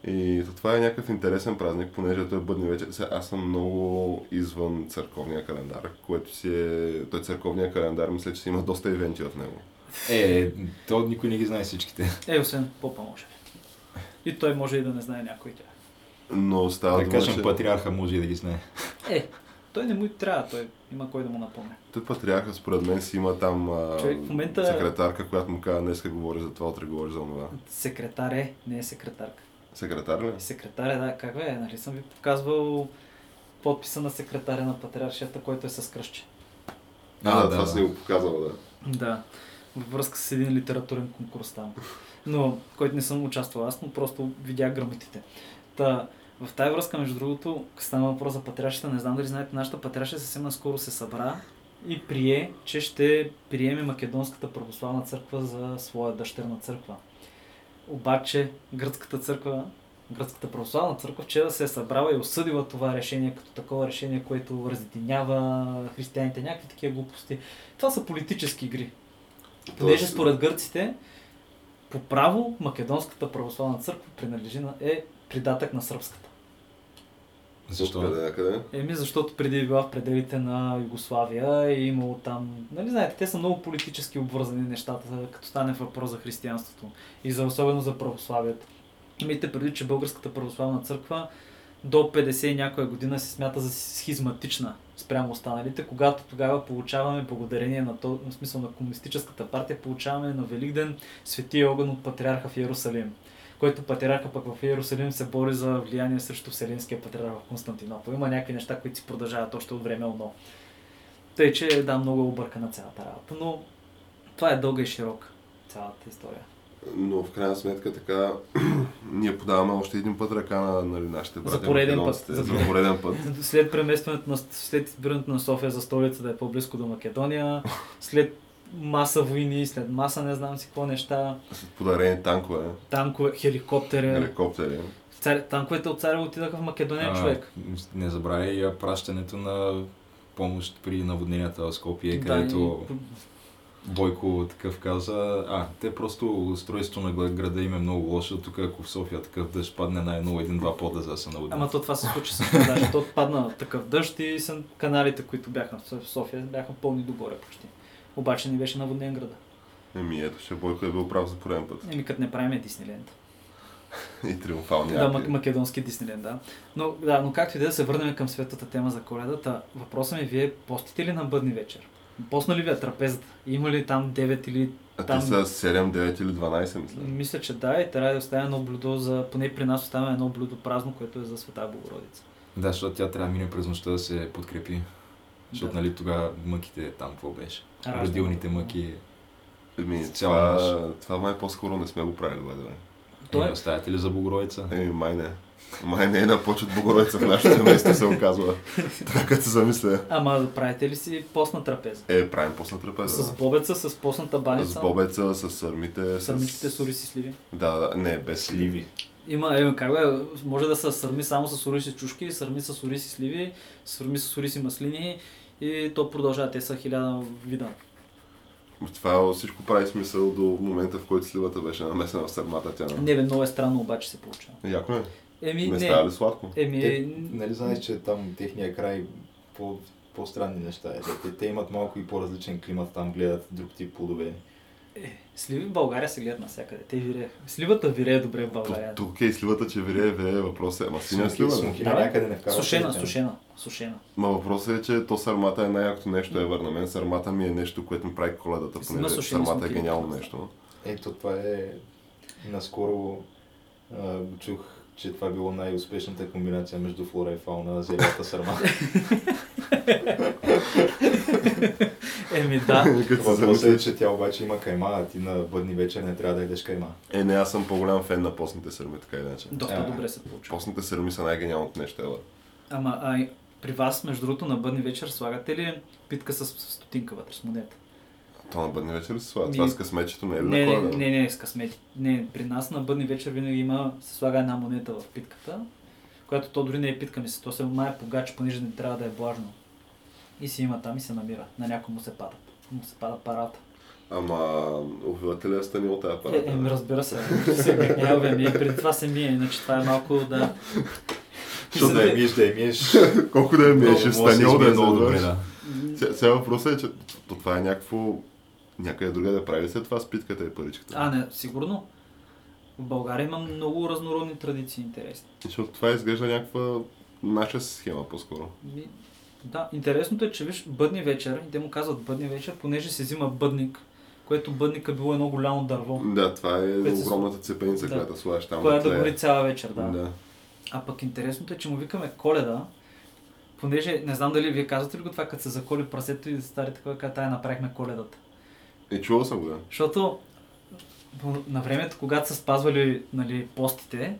Speaker 1: И то това е някакъв интересен празник, понеже той е бъдни вечер. Сега аз съм много извън църковния календар, което си е... Той църковния календар, мисля, че си има доста ивенти в него.
Speaker 2: Е, то никой не ги знае всичките.
Speaker 3: Е, освен попа може би. И той може и да не знае някой тях.
Speaker 1: Но става
Speaker 2: Да
Speaker 1: дума,
Speaker 2: кажем,
Speaker 1: че...
Speaker 2: патриарха може и да ги знае.
Speaker 3: Е, той не му и трябва, той има кой да му напомня.
Speaker 1: Той е патриарха, според мен, си има там а...
Speaker 3: Човек, в момента-
Speaker 1: секретарка, която му казва, днеска говори за това, утре говори за това.
Speaker 3: Секретар е, не е секретарка.
Speaker 1: Секретар ли?
Speaker 3: Секретар е, да, как бе, нали съм ви показвал подписа на секретаря на патриаршията, който е с кръще.
Speaker 1: да, това си ни го показал, да.
Speaker 3: Да, във връзка с един литературен конкурс там. Но, който не съм участвал аз, но просто видях грамотите. Та, в тази връзка, между другото, стана въпрос за патриаршата, не знам дали знаете, нашата патриарша съвсем наскоро се събра и прие, че ще приеме Македонската православна църква за своя дъщерна църква. Обаче гръцката църква, гръцката православна църква вчера се е събрала и осъдила това решение като такова решение, което разединява християните, някакви такива глупости. Това са политически игри. Понеже
Speaker 1: Тоест-
Speaker 3: според гърците, по право Македонската православна църква принадлежи на, е придатък на сръбската.
Speaker 2: Защо?
Speaker 1: Къде, на къде?
Speaker 3: Еми, защото преди е била в пределите на Югославия и е имало там... Нали знаете, те са много политически обвързани нещата, като стане въпрос за християнството и за особено за православието. Имайте преди, че Българската православна църква до 50 и някоя година се смята за схизматична спрямо останалите, когато тогава получаваме благодарение на то, в смисъл на комунистическата партия, получаваме на Великден светия огън от патриарха в Иерусалим който патриарха пък в Иерусалим се бори за влияние срещу Вселенския патриарх в Константинопол. Има някакви неща, които си продължават още от време но. Тъй, че да, много е объркана цялата работа, но това е дълга и широка цялата история.
Speaker 1: Но в крайна сметка така ние подаваме още един път ръка на нали, нашите братя.
Speaker 3: пореден път.
Speaker 1: македонците.
Speaker 3: За
Speaker 1: За
Speaker 3: пореден.
Speaker 1: пореден път.
Speaker 3: След преместването на, след избирането на София за столица да е по-близко до Македония, след маса войни, след маса не знам си какво неща,
Speaker 1: След подарени танкове,
Speaker 3: танкове, хеликоптери.
Speaker 1: хеликоптери.
Speaker 3: Цар, танковете от царя отидаха в Македония,
Speaker 2: Нали? А,
Speaker 3: е човек.
Speaker 2: Не забравяй а, пращането на помощ при наводненията в Скопие, е където
Speaker 3: Да, и-
Speaker 2: Бойко такъв каза, а, те просто устройството на гла- града им е много лошо, тук ако в София такъв дъжд падне най-много един-два пода за да се наводни.
Speaker 3: Ама то това се случи с продажа. То отпадна такъв дъжд и съм каналите, които бяха в София, бяха пълни догоре почти. Обаче не беше наводнен града.
Speaker 1: Еми ето, ще Бойко е бил прав за пореден път.
Speaker 3: Еми като не правиме Дисниленд.
Speaker 1: И триумфалния.
Speaker 3: Да,
Speaker 1: арки.
Speaker 3: мак- македонски Дисниленд, да. Но, да. но както и да е, да се върнем към светлата тема за коледата, въпросът ми е, вие постите ли на бъдни вечер? Посна ли ви е трапезата? Има ли там 9 или
Speaker 1: А те
Speaker 3: там-
Speaker 1: са 7, 9 или 12, мисля.
Speaker 3: Мисля, че да, и трябва да оставя едно блюдо за... Поне при нас оставяме едно блюдо празно, което е за Света Богородица.
Speaker 2: Да, защото тя трябва да мине през нощта да се подкрепи. Защото,
Speaker 3: Да.
Speaker 2: нали, тогава мъките там какво беше?
Speaker 3: Раждане.
Speaker 2: Родилните мъки.
Speaker 1: Еми,
Speaker 2: Цяла
Speaker 1: това, това май по-скоро не сме го правили, бъде.
Speaker 3: То е-
Speaker 2: Той... оставяте ли за Богородица?
Speaker 1: Еми, май не. Май не е да почет Богородица в нашето семейство, се оказва. Така като се замисля.
Speaker 3: Ама правите ли си постна трапеза?
Speaker 1: Е, правим после трапеза.
Speaker 3: С бобеца, с постната баница.
Speaker 1: С бобеца, с сърмите.
Speaker 3: Сърмичките с ориз и сливи.
Speaker 1: Да, да, не, без сливи.
Speaker 3: Има, е, как бе, може да са сърми само с ориз и чушки, сърми с ориз и сливи, сърми с ориз и маслини и то продължава. Те са хиляда вида.
Speaker 1: Това всичко прави смисъл до момента, в който сливата беше намесена в сърмата тя. Не.
Speaker 3: Не бе, много е странно, обаче се получава.
Speaker 1: Яко е.
Speaker 3: Еми,
Speaker 1: Не,
Speaker 3: не.
Speaker 1: става ли сладко?
Speaker 3: Еми, е,
Speaker 2: Те,
Speaker 3: н-
Speaker 2: нали знаеш, че там техния край по, по-странни неща е. Те, те имат малко и по-различен климат, там гледат друг тип плодове.
Speaker 3: е, сливи в България се гледат навсякъде. Те вирее. Сливата вирее добре в
Speaker 1: Тук-
Speaker 3: България.
Speaker 1: Тук е и сливата, че вирее, вирее въпрос е. Ама синя слива.
Speaker 2: Смокина
Speaker 1: бе.
Speaker 3: Да, бе.
Speaker 2: някъде не вкарват.
Speaker 3: Сушена,
Speaker 2: Там.
Speaker 3: сушена, сушена.
Speaker 1: Ма въпросът е, че то сърмата е най-якото нещо, е върна мен. Сърмата ми е нещо, което ми прави коледата,
Speaker 3: С-
Speaker 1: понеже
Speaker 3: на сушени
Speaker 1: сърмата е
Speaker 3: смокини.
Speaker 1: гениално нещо.
Speaker 2: Ето това е... Наскоро а, го чух, че това било най-успешната комбинация между флора и фауна, зелената сърма.
Speaker 3: Еми, да.
Speaker 1: Като се
Speaker 2: Въпросът е,
Speaker 1: замисля,
Speaker 2: че тя обаче има кайма, а ти на бъдни вечер не трябва да ядеш кайма.
Speaker 1: Е, не, аз съм по-голям фен на постните сърми, така иначе.
Speaker 3: Доста
Speaker 2: Да.
Speaker 3: добре се получава.
Speaker 1: Постните сърми са най-гениалното нещо, ева.
Speaker 3: Ама, а, и при вас, между другото, на бъдни вечер слагате ли питка с стотинка вътре, с монета?
Speaker 1: То на бъдни вечер ли се слага?
Speaker 3: Ми-
Speaker 1: Това с късмечето не е ли
Speaker 3: Не,
Speaker 1: на
Speaker 3: не,
Speaker 1: коледа?
Speaker 3: не, не, с късмети. Не, при нас на бъдни вечер винаги има, се слага една монета в питката, която то дори не е питка, ми се, то се мае погач, понеже не трябва да е влажно. И си има там и се намира. На някой му се пада. Му се пада парата.
Speaker 1: Ама обвивателя е станил тази
Speaker 3: Е,
Speaker 1: пара.
Speaker 3: еми, разбира се. Сега, Елве ми, преди това се мие, иначе това е малко да...
Speaker 2: Защото да е я миеш, да я миеш.
Speaker 1: Колко да е ми е,
Speaker 2: много
Speaker 1: ще
Speaker 2: може да се
Speaker 1: станил да
Speaker 2: измие
Speaker 1: е
Speaker 2: много добре,
Speaker 1: да.
Speaker 2: да.
Speaker 1: Сега- Сега въпросът е, че то това е някакво някъде другаде да прави след това с питката и паричката.
Speaker 3: А, не, сигурно. В България има много разнородни традиции интересни.
Speaker 1: Защото това изглежда някаква наша схема по-скоро.
Speaker 3: Ми, Да, интересното е, че виж, бъдни вечер, и те му казват бъдни вечер, понеже се взима бъдник, което бъдника било едно голямо дърво,
Speaker 1: Да, това е
Speaker 3: Което се
Speaker 1: огромната цепеница,
Speaker 3: Да.
Speaker 1: която слагаш там.
Speaker 3: което
Speaker 1: тлее.
Speaker 3: да гори цяла вечер, да.
Speaker 1: да.
Speaker 3: А пък интересното е, че му викаме коледа, понеже не знам дали вие казвате ли го това, като се заколи прасето и старите такова, казват, тая направихме коледата.
Speaker 1: Е, чувал съм го, да.
Speaker 3: Защото по- на времето, когато са спазвали нали, постите,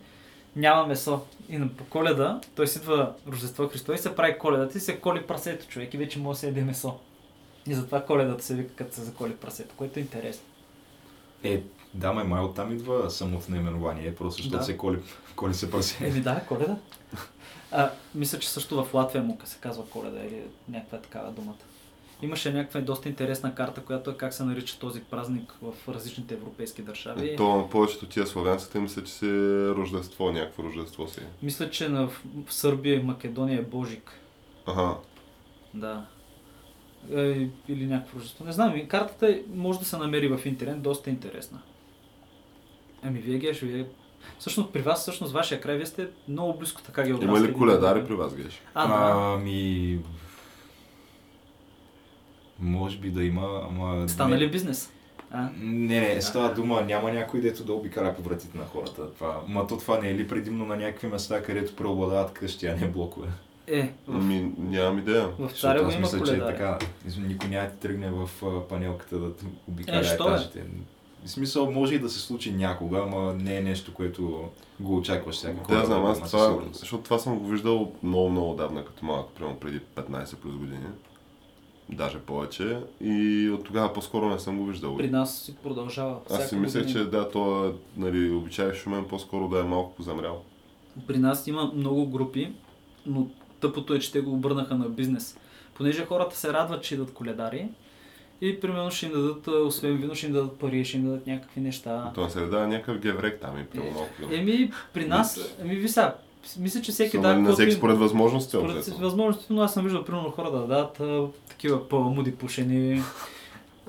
Speaker 3: няма месо. И на по коледа, той си идва Рождество Христо и се прави коледата и се коли прасето човек и вече може да се яде месо. И затова коледата се вика, като се заколи прасето, което е интересно.
Speaker 2: Е, да, ме май оттам идва самото наименование, просто защото
Speaker 3: Да. Е,
Speaker 2: се коли, коли се
Speaker 3: Еми
Speaker 2: прасе.
Speaker 3: да, коледа. А, мисля, че също в Латвия му се казва коледа или някаква такава думата. Имаше някаква доста интересна карта, която е как се нарича този празник в различните европейски държави.
Speaker 1: Е, То на повечето тия славянските мисля, че си е рождество, някакво рождество си. е.
Speaker 3: Мисля, че на, в в Сърбия и Македония е Божик.
Speaker 1: Ага.
Speaker 3: Да. Е, или някакво рождество. Не знам, и картата е- може да се намери в интернет, доста е интересна. Ами вие геш, вие... Всъщност при вас, всъщност вашия край, вие сте много близко така географски.
Speaker 1: Има ли коледари при вас, Геш?
Speaker 3: А, да.
Speaker 2: Ами... Може би да има, ама...
Speaker 3: Стана
Speaker 2: не-
Speaker 3: ли бизнес? А?
Speaker 2: Не, не, става дума, няма някой, дето да обикаля по вратите на хората. Това. Ма то това не е ли предимно на някакви места, където преобладават къщи, а не блокове?
Speaker 3: Е, в,
Speaker 1: Ми, Ами, нямам идея.
Speaker 3: в
Speaker 2: Защото
Speaker 3: Царево
Speaker 2: аз
Speaker 3: има
Speaker 2: мисля, че е
Speaker 3: коледари.
Speaker 2: така. Извин, Никой няма да ти тръгне в а, панелката да те обикаля
Speaker 3: Е, що бе?
Speaker 2: етажите. В смисъл, може и да се случи някога, ама не е нещо, което го очакваш всяка
Speaker 1: Да,
Speaker 2: хора.
Speaker 1: я знам, аз
Speaker 2: със
Speaker 1: това,
Speaker 2: сигурност.
Speaker 1: защото това съм го виждал много, много давна, като малък, прямо преди 15 плюс години. Даже повече. И от тогава по-скоро не съм го виждал.
Speaker 3: При нас си продължава.
Speaker 1: Аз
Speaker 3: всяка
Speaker 1: си мислех,
Speaker 3: година.
Speaker 1: че да, то е, нали, обичай шумен, по-скоро да е малко позамрял.
Speaker 3: При нас има много групи, но тъпото е, че те го обърнаха на бизнес. Понеже хората се радват, че идват коледари и примерно ще им дадат, а, освен вино, ще им дадат пари, ще им дадат някакви неща.
Speaker 1: То е не се дава е някакъв геврек там и
Speaker 3: Е,
Speaker 1: прямо малко.
Speaker 3: Еми, при нас, еми ви сега, мисля, че всеки
Speaker 1: Всеки
Speaker 3: дава
Speaker 1: на
Speaker 3: каквото
Speaker 1: всеки
Speaker 3: им-
Speaker 1: според възможности.
Speaker 3: според
Speaker 1: обзето.
Speaker 3: възможности, но аз съм виждал примерно хора да дадат а, такива паламуди пушени,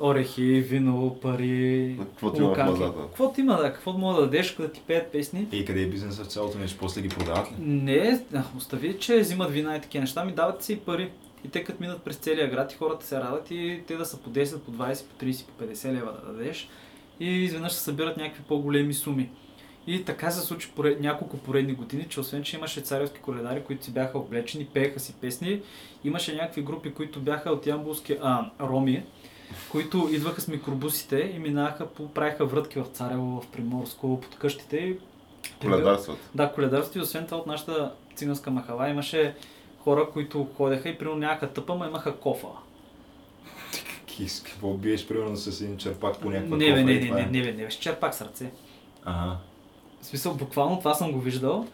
Speaker 3: орехи, вино, пари,
Speaker 1: Каквото има в
Speaker 3: луканки.
Speaker 1: мазата.
Speaker 3: Каквото има, да, каквото мога да дадеш, като ти пеят песни.
Speaker 2: И къде е бизнесът в цялото нещо, после ги продават ли?
Speaker 3: Не, а, остави, че взимат вина и такива неща, ми дават си и пари. И те като минат през целия град и хората се радват и те да са по 10, по 20, по 30, по 50 лева да дадеш. И изведнъж се събират някакви по-големи суми. И така се случи поред, няколко поредни години, че освен, че имаше царевски коледари, които си бяха облечени, пееха си песни, имаше някакви групи, които бяха от ямбулски а, роми, които идваха с микробусите и минаха, по, правиха врътки в Царево, в Приморско, под къщите и
Speaker 1: Коледарстват.
Speaker 3: да, коледарство и освен това от нашата циганска махала имаше хора, които ходеха и примерно нямаха тъпа, но имаха кофа.
Speaker 2: Кис, какво биеш примерно с един черпак по
Speaker 3: Не,
Speaker 2: някаква
Speaker 3: не, бе,
Speaker 2: кофа
Speaker 3: не,
Speaker 2: и
Speaker 3: не,
Speaker 2: това е?
Speaker 3: не, не, бе, не, бе, с черпак с ръце.
Speaker 2: Ага.
Speaker 3: В смисъл, буквално това съм го виждал.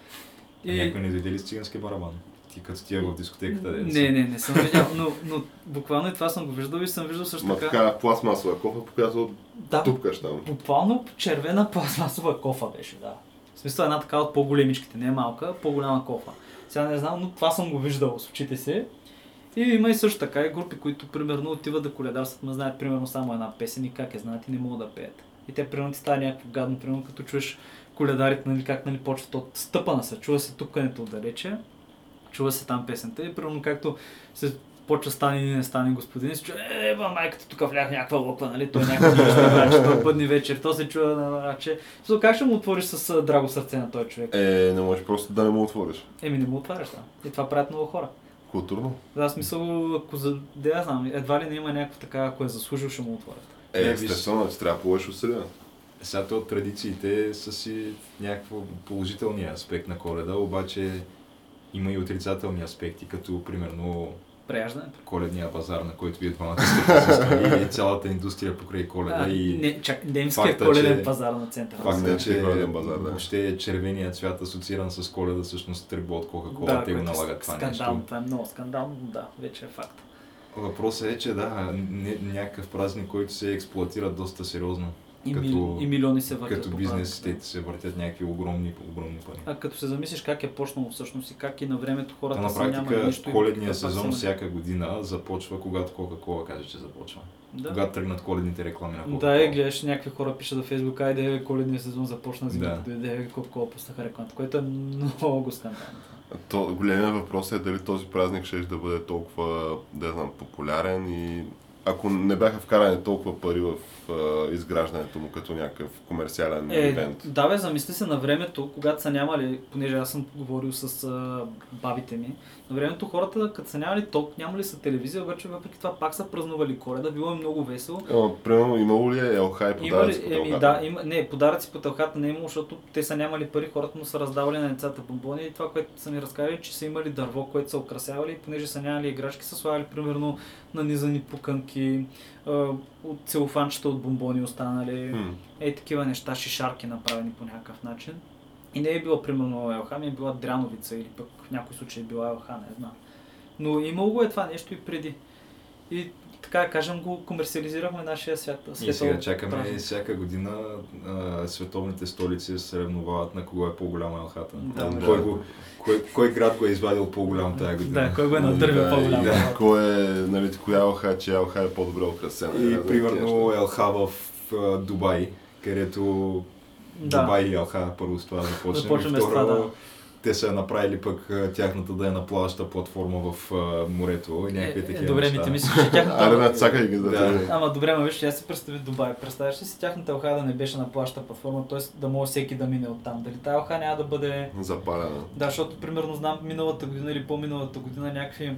Speaker 2: И... Някой не дойде ли с цигански барабан? Ти като стига в дискотеката, де
Speaker 3: Не,
Speaker 2: си.
Speaker 3: не, не съм видял, но, но буквално и това съм го виждал и съм виждал също
Speaker 1: Ма
Speaker 3: така. Е,
Speaker 1: така пластмасова кофа, по която
Speaker 3: Да,
Speaker 1: тупкаш там.
Speaker 3: буквално червена пластмасова кофа беше, да. В смисъл една така от по-големичките, не малка, а по-голяма кофа. Сега не знам, но това съм го виждал с очите си. И има и също така и групи, които примерно отиват да коледарстват, ма знаят примерно само една песен и как я знаят и не могат да пеят. И те примерно ти става някакво гадно, примерно като чуеш коледарите, нали, как нали, почват от стъпана се, чува се тупкането отдалече, чува се там песента и примерно както се почва стане или не стане господин, и се чува, е, ба, майката тук влях някаква лопа, нали, той някакъв браче, той бъдни вечер, то се чува на браче. So, как ще му отвориш с а, драго сърце на този човек?
Speaker 1: Е, не можеш просто да не му отвориш.
Speaker 3: Еми не му отваряш там. И това правят много хора.
Speaker 1: Културно.
Speaker 3: Да, в смисъл, ако за... Да, я знам, едва ли не има някаква така, ако е заслужил, ще му отворят.
Speaker 1: Е,
Speaker 2: Не,
Speaker 1: естествено, че трябва повече усилия.
Speaker 2: Е, Сега то традициите са си някакво положителния аспект на коледа, обаче има и отрицателни аспекти, като примерно
Speaker 3: Преяждането.
Speaker 2: коледния базар, на който вие двамата сте присъствали и цялата индустрия покрай коледа
Speaker 3: А,
Speaker 2: и
Speaker 3: не, чак, немския
Speaker 2: факта,
Speaker 3: коледен
Speaker 2: че-
Speaker 3: пазар на центъра.
Speaker 2: факта,
Speaker 1: Немския
Speaker 2: че
Speaker 1: коледен базар, да.
Speaker 2: въобще червеният цвят асоцииран с коледа, всъщност тръгва от Кока-Кола, те го
Speaker 3: което е
Speaker 2: налагат това
Speaker 3: скандално,
Speaker 2: нещо.
Speaker 3: това е много скандално, да, вече е факт.
Speaker 2: Въпросът е, че да, не, някакъв празник, който се експлуатира доста сериозно.
Speaker 3: И,
Speaker 2: Като-
Speaker 3: мили, и милиони се въртят.
Speaker 2: като
Speaker 3: е по
Speaker 2: бизнес
Speaker 3: празниците.
Speaker 2: те се въртят някакви огромни, огромни пари.
Speaker 3: А като се замислиш как е почнало всъщност и как и на времето
Speaker 2: Та
Speaker 3: хората
Speaker 2: на
Speaker 3: са нямали
Speaker 2: практика
Speaker 3: нищо. и
Speaker 2: коледния
Speaker 3: пък са
Speaker 2: сезон
Speaker 3: имали.
Speaker 2: всяка година започва, когато Кока-Кола каже, че започва.
Speaker 3: Да.
Speaker 2: Когато тръгнат коледните реклами на Coca-Cola.
Speaker 3: Да, е, гледаш, някакви хора пишат във Фейсбук, айде коледния сезон започна зимата,
Speaker 2: Да.
Speaker 3: дойде колко пуснаха рекламата, което е много скандално.
Speaker 1: То, големия въпрос е дали този празник ще да бъде толкова, да знам, популярен и ако не бяха вкарани толкова пари в а, изграждането му като някакъв комерциален
Speaker 3: Е,
Speaker 1: ивент.
Speaker 3: да бе, замисли се на времето, когато са нямали, понеже аз съм говорил с а, бабите ми, на времето хората, като са нямали ток, нямали са телевизия, обаче въпреки това пак са празнували коледа, било е много весело.
Speaker 1: Ама, примерно, имало ли е елхай
Speaker 3: Има
Speaker 1: подаръци
Speaker 3: ли,
Speaker 1: по
Speaker 3: еми,
Speaker 1: тълката?
Speaker 3: да, има, не, подаръци по тълхата не е имало, защото те са нямали пари, хората му са раздавали на децата бомбони и това, което са ни разказали, че са имали дърво, което са украсявали и понеже са нямали играчки, са слагали примерно нанизани пуканки, а, от целофанчета от бомбони останали.
Speaker 1: Хм.
Speaker 3: Е, такива неща, шишарки направени по някакъв начин. И не е била примерно елха, ми е била дряновица или пък в някой случай е била елха, не знам. Но имало го е това нещо и преди. И така да кажем го комерциализирахме нашия свят.
Speaker 2: И сега
Speaker 3: световен
Speaker 2: чакаме
Speaker 3: празник.
Speaker 2: всяка година а, световните столици да се съревновават на кого е по-голяма елхата.
Speaker 3: Да,
Speaker 1: да.
Speaker 2: кой, го, кой, кой град го е извадил по-голям тази година.
Speaker 3: Да, кой го е надървил
Speaker 1: Да,
Speaker 3: по-голям.
Speaker 1: и
Speaker 3: Да.
Speaker 1: Кой е, нали, коя елха, че елха е по-добре украсена. не знам,
Speaker 2: И примерно
Speaker 1: тия
Speaker 2: ЛХ в а, Дубай, където
Speaker 3: Да.
Speaker 2: Дубай и ЛХ първо с това започнем.
Speaker 3: Започваме
Speaker 2: и
Speaker 3: с това, да.
Speaker 2: Те са направили пък а, тяхната да е на плаваща платформа в а, морето и някакви
Speaker 3: Е, е,
Speaker 2: такива
Speaker 3: Добре, ми
Speaker 2: неща.
Speaker 3: ти мислиш, че
Speaker 1: неща. Аре,
Speaker 3: тяхната...
Speaker 1: на цакай ги да,
Speaker 2: Да.
Speaker 1: те-
Speaker 3: Ама добре, ма виж, аз си представи Дубай. Представяш ли си тяхната елха да не беше на плаща платформа, т.е. да може всеки да мине оттам? Дали тази елха няма да бъде
Speaker 1: запалена.
Speaker 3: Да, защото примерно знам миналата година или по-миналата година някакви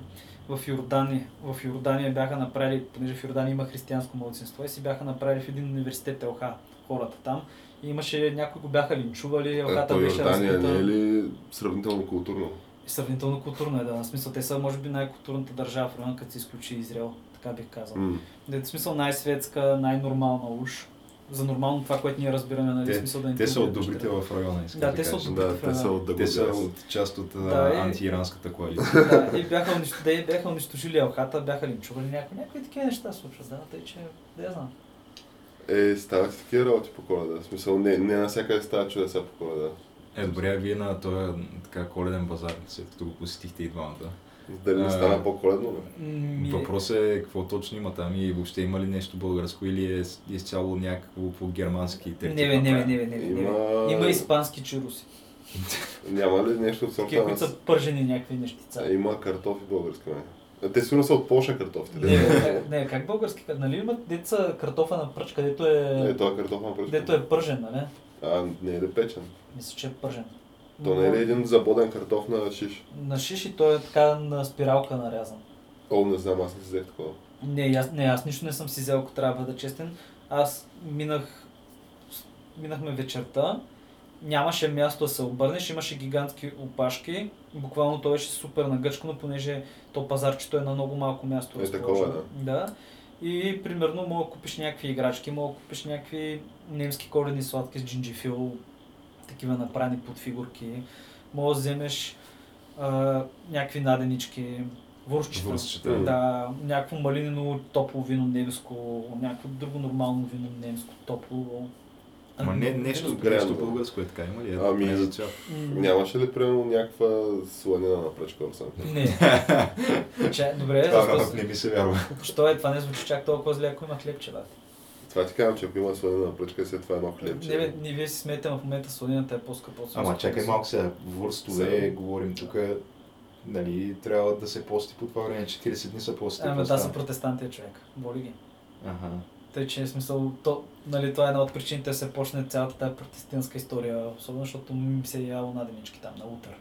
Speaker 3: в Йордания, в Йордания бяха направили, понеже в Йордания има християнско младсинство и си бяха направили в един университет Елха хората там. И имаше някои го бяха линчували,
Speaker 1: Е,
Speaker 3: елхата
Speaker 1: то
Speaker 3: беше
Speaker 1: Йордания не
Speaker 3: разкрита.
Speaker 1: е ли сравнително културно?
Speaker 3: Сравнително културно е, да. В смисъл, те са може би най-културната държава в района, като се изключи Израел, така бих казал.
Speaker 1: М.
Speaker 3: Да, в смисъл най-светска, най-нормална уж. За нормално това, което ние разбираме, нали? в смисъл да не
Speaker 2: Те
Speaker 3: ти
Speaker 2: са
Speaker 3: го
Speaker 2: от добрите
Speaker 3: препреща.
Speaker 2: в района, искам
Speaker 3: Да,
Speaker 2: да
Speaker 3: те са
Speaker 2: кажа.
Speaker 3: от добрите.
Speaker 1: Да, те са от
Speaker 2: Те са
Speaker 1: Дагодес.
Speaker 2: от част от а,
Speaker 3: Да, е.
Speaker 2: антииранската коалиция.
Speaker 3: да, и бяха, унищ... да, и бяха унищожили елхата, бяха линчували някои, някои такива неща се случват, да, тъй че, да я знам.
Speaker 1: Е, стават си такива работи по коледа. В смисъл, не, не навсякъде стават чудеса по коледа.
Speaker 2: Е, добре, а вие на този така коледен базар, след като го посетихте и двамата.
Speaker 1: Дали не
Speaker 2: А.
Speaker 1: стана по-коледно? бе?
Speaker 3: Ми,
Speaker 2: Въпросът е какво точно има там и въобще има ли нещо българско или е с- изцяло някакво по-германски
Speaker 3: Не,
Speaker 2: тертип
Speaker 3: бе, не, бе, не, бе, не, бе, не, бе.
Speaker 1: Има...
Speaker 3: Има испански чуруси,
Speaker 1: Няма ли нещо от
Speaker 3: такива,
Speaker 1: сорта на...
Speaker 3: които са пържени някакви нещица.
Speaker 1: Има картофи български, май. А Те сигурно са от Польша картофите.
Speaker 3: Не, бе, как- не, как български, как- нали имат деца картофа на пръчка, дето
Speaker 1: Не,
Speaker 3: е,
Speaker 1: той е картоф на пръчка.
Speaker 3: дето е пържен, нали?
Speaker 1: А, не е ли печен?
Speaker 3: Мисля, че е пържен.
Speaker 1: То не е ли един забоден картоф на шиш?
Speaker 3: На шиши той е така на спиралка нарязан.
Speaker 1: О, не знам, аз не си взех такова.
Speaker 3: Не, аз, не, аз нищо не съм си взел, ако трябва да бъда честен. Аз минах, минахме вечерта, нямаше място да се обърнеш, имаше гигантски опашки. Буквално то беше супер нагъчкано, понеже то пазарчето е на много малко място.
Speaker 1: Е,
Speaker 3: разположено.
Speaker 1: такова,
Speaker 3: Да. И примерно мога да купиш някакви играчки, мога да купиш някакви немски коледни сладки с джинджифил, такива направени под фигурки. Мога да вземеш а, някакви наденички, вурсчета.
Speaker 2: Вурсчета.
Speaker 3: Да, някакво малинено топло вино немско, някакво друго нормално вино немско топло.
Speaker 2: Ма не, нещо,
Speaker 1: Грязно.
Speaker 2: нещо българско е така, има ли?
Speaker 1: Ами-
Speaker 2: Не за цял.
Speaker 3: М,
Speaker 1: Нямаше ли, примерно, някаква сланина на пръчка или съм?
Speaker 3: Не. Че, добре,
Speaker 2: Това пък
Speaker 3: защо,
Speaker 2: не ми се вярва.
Speaker 3: що е, това не звучи чак толкова зле, ако има хлебче, бе.
Speaker 1: Това ти казвам, че ако има сланина на пръчка, е след това едно хлебче.
Speaker 3: Не, бе, ние вие си смеете, но в момента слонината е по-скъпа. от
Speaker 2: Ама
Speaker 3: сумската
Speaker 2: чакай
Speaker 3: месо.
Speaker 2: малко сега, вурстове, говорим тук, нали, трябва да се пости по това време, 40 дни са пости.
Speaker 3: Ами
Speaker 2: какво
Speaker 3: да, са
Speaker 2: става?
Speaker 3: протестантия човек. Боли ги.
Speaker 2: Аха.
Speaker 3: Тъй, че в смисъл, то, нали, това е една от причините да се почне цялата тази протестантска история, особено защото ми се е яло наденички там, на утър.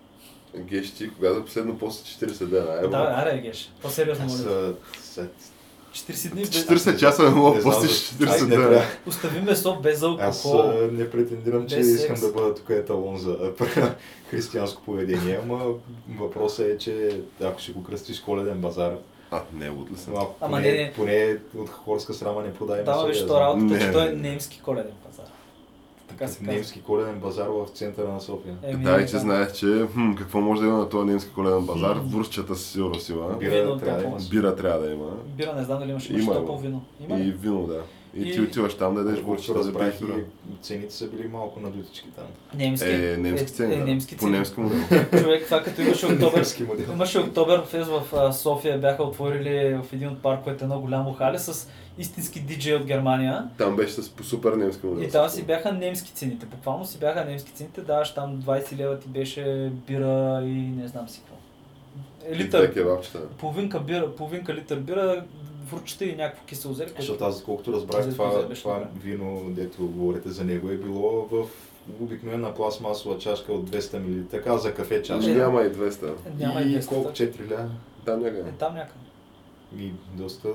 Speaker 1: Геш ти, кога за последно после 40 дена? Е,
Speaker 3: Да,
Speaker 1: да,
Speaker 3: аре, геш. По-сериозно,
Speaker 2: Аз,
Speaker 3: моля.
Speaker 2: а, след-
Speaker 3: 40 дни. без-
Speaker 1: 40 часа е не мога
Speaker 2: не
Speaker 1: да
Speaker 2: знам
Speaker 1: постиш
Speaker 2: защо.
Speaker 1: 40
Speaker 2: Ай, не
Speaker 1: дена.
Speaker 2: трябва.
Speaker 3: Остави месо без
Speaker 2: Аз
Speaker 3: алкохол.
Speaker 2: а, не претендирам, че
Speaker 3: Без
Speaker 2: искам
Speaker 3: секс.
Speaker 2: да бъда тук еталон за християнско поведение, ама въпросът е, че ако ще го кръстиш коледен базар,
Speaker 1: А, не, е луд ли съм?
Speaker 2: малко
Speaker 3: Ама
Speaker 2: поне,
Speaker 3: не, не.
Speaker 2: поне от хорска срама не продай
Speaker 3: Да, ма
Speaker 2: месо,
Speaker 3: виж,
Speaker 2: да
Speaker 3: то
Speaker 2: знам.
Speaker 3: работата,
Speaker 1: е Не,
Speaker 3: че той е
Speaker 1: не, не.
Speaker 3: немски коледен пазар. така се казва.
Speaker 2: немски коледен базар в центъра на София.
Speaker 3: Еми,
Speaker 1: да, и че
Speaker 3: да.
Speaker 1: знаех, че хм, какво може да има на този немски коледен базар, вурсчета със сигурност има,
Speaker 3: Бира.
Speaker 2: Бира
Speaker 3: Е, Видно
Speaker 2: трябва да
Speaker 3: такова.
Speaker 2: има.
Speaker 1: бира трябва да има
Speaker 3: Бира, не знам дали имаш
Speaker 1: Има
Speaker 3: имаш
Speaker 1: го.
Speaker 3: топло вино. Има
Speaker 1: и
Speaker 3: ли?
Speaker 1: вино, да. И ти
Speaker 3: И-
Speaker 1: отиваш там да ядеш
Speaker 2: Колкото
Speaker 1: вурсчета за
Speaker 2: разбрах и
Speaker 1: бихтура.
Speaker 2: цените са били малко надутички там.
Speaker 3: Немски.
Speaker 1: Е, немски цени,
Speaker 3: Е,
Speaker 1: да.
Speaker 3: немски
Speaker 1: По
Speaker 3: цени.
Speaker 1: немски модел.
Speaker 3: Човек, това като имаше октобер,
Speaker 2: Български модел.
Speaker 3: Имаше Октоберфест в а, София, бяха отворили в един от парковете едно голямо хале с истински диджей от Германия.
Speaker 1: Там беше с по супер немски модел.
Speaker 3: И там Е, си бяха немски цените, буквално си бяха немски цените, даваш там 20 лева ти беше бира и не знам си какво. Е,
Speaker 1: И две
Speaker 3: литър,
Speaker 1: кебабчета.
Speaker 3: половинка, бира, половинка литър бира, вручите и някакво кисело зеле. което-
Speaker 2: Защото аз, колкото
Speaker 3: За
Speaker 2: разбрах, това,
Speaker 3: да беше
Speaker 2: това
Speaker 3: добре.
Speaker 2: вино, дето говорите за него, е било в обикновена пластмасова чашка от 200 мл. Така за кафе
Speaker 1: Значи
Speaker 3: е.
Speaker 2: чашка.
Speaker 1: няма и 200.
Speaker 3: Няма
Speaker 2: и,
Speaker 3: и,
Speaker 2: колко?
Speaker 3: че...
Speaker 2: 4 ля?
Speaker 1: Там някъде.
Speaker 3: Е, там някъде.
Speaker 2: И доста...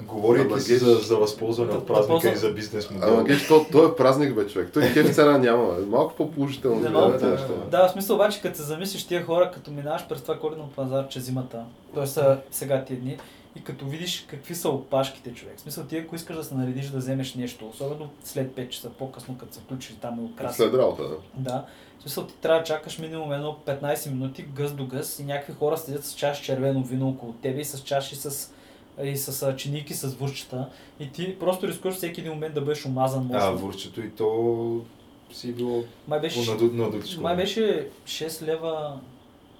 Speaker 2: Говорейки
Speaker 1: Ама
Speaker 2: си
Speaker 1: геш-
Speaker 2: за, за възползване
Speaker 3: Да,
Speaker 2: от празника
Speaker 3: възползва-
Speaker 2: и за бизнес
Speaker 1: Ама
Speaker 2: модел.
Speaker 1: геш, то, той е празник бе човек. Той кеф цена няма. бе. Малко по-положително.
Speaker 3: Не,
Speaker 1: да
Speaker 3: малко,
Speaker 1: гледате
Speaker 2: Е, да.
Speaker 1: нещата.
Speaker 3: Да, в смисъл обаче, като се замислиш тия хора, като минаваш през това коледно пазар, че зимата, т.е. са сега тия дни, и като видиш какви са опашките, човек. В смисъл, ти ако искаш да се наредиш да вземеш нещо, особено след 5 часа по-късно, като се включиш там е и украсиш.
Speaker 1: След работа, да.
Speaker 3: Да. В смисъл, ти трябва да чакаш минимум едно 15 минути гъс до гъс и някакви хора седят с чаш червено вино около тебе и с чаши с и с а, чиники, с вурчета. И ти просто рискуваш всеки един момент да бъдеш омазан. може
Speaker 2: А,
Speaker 3: би.
Speaker 2: вурчето и то си било
Speaker 3: Май беше,
Speaker 2: надутичко.
Speaker 3: май беше 6 лева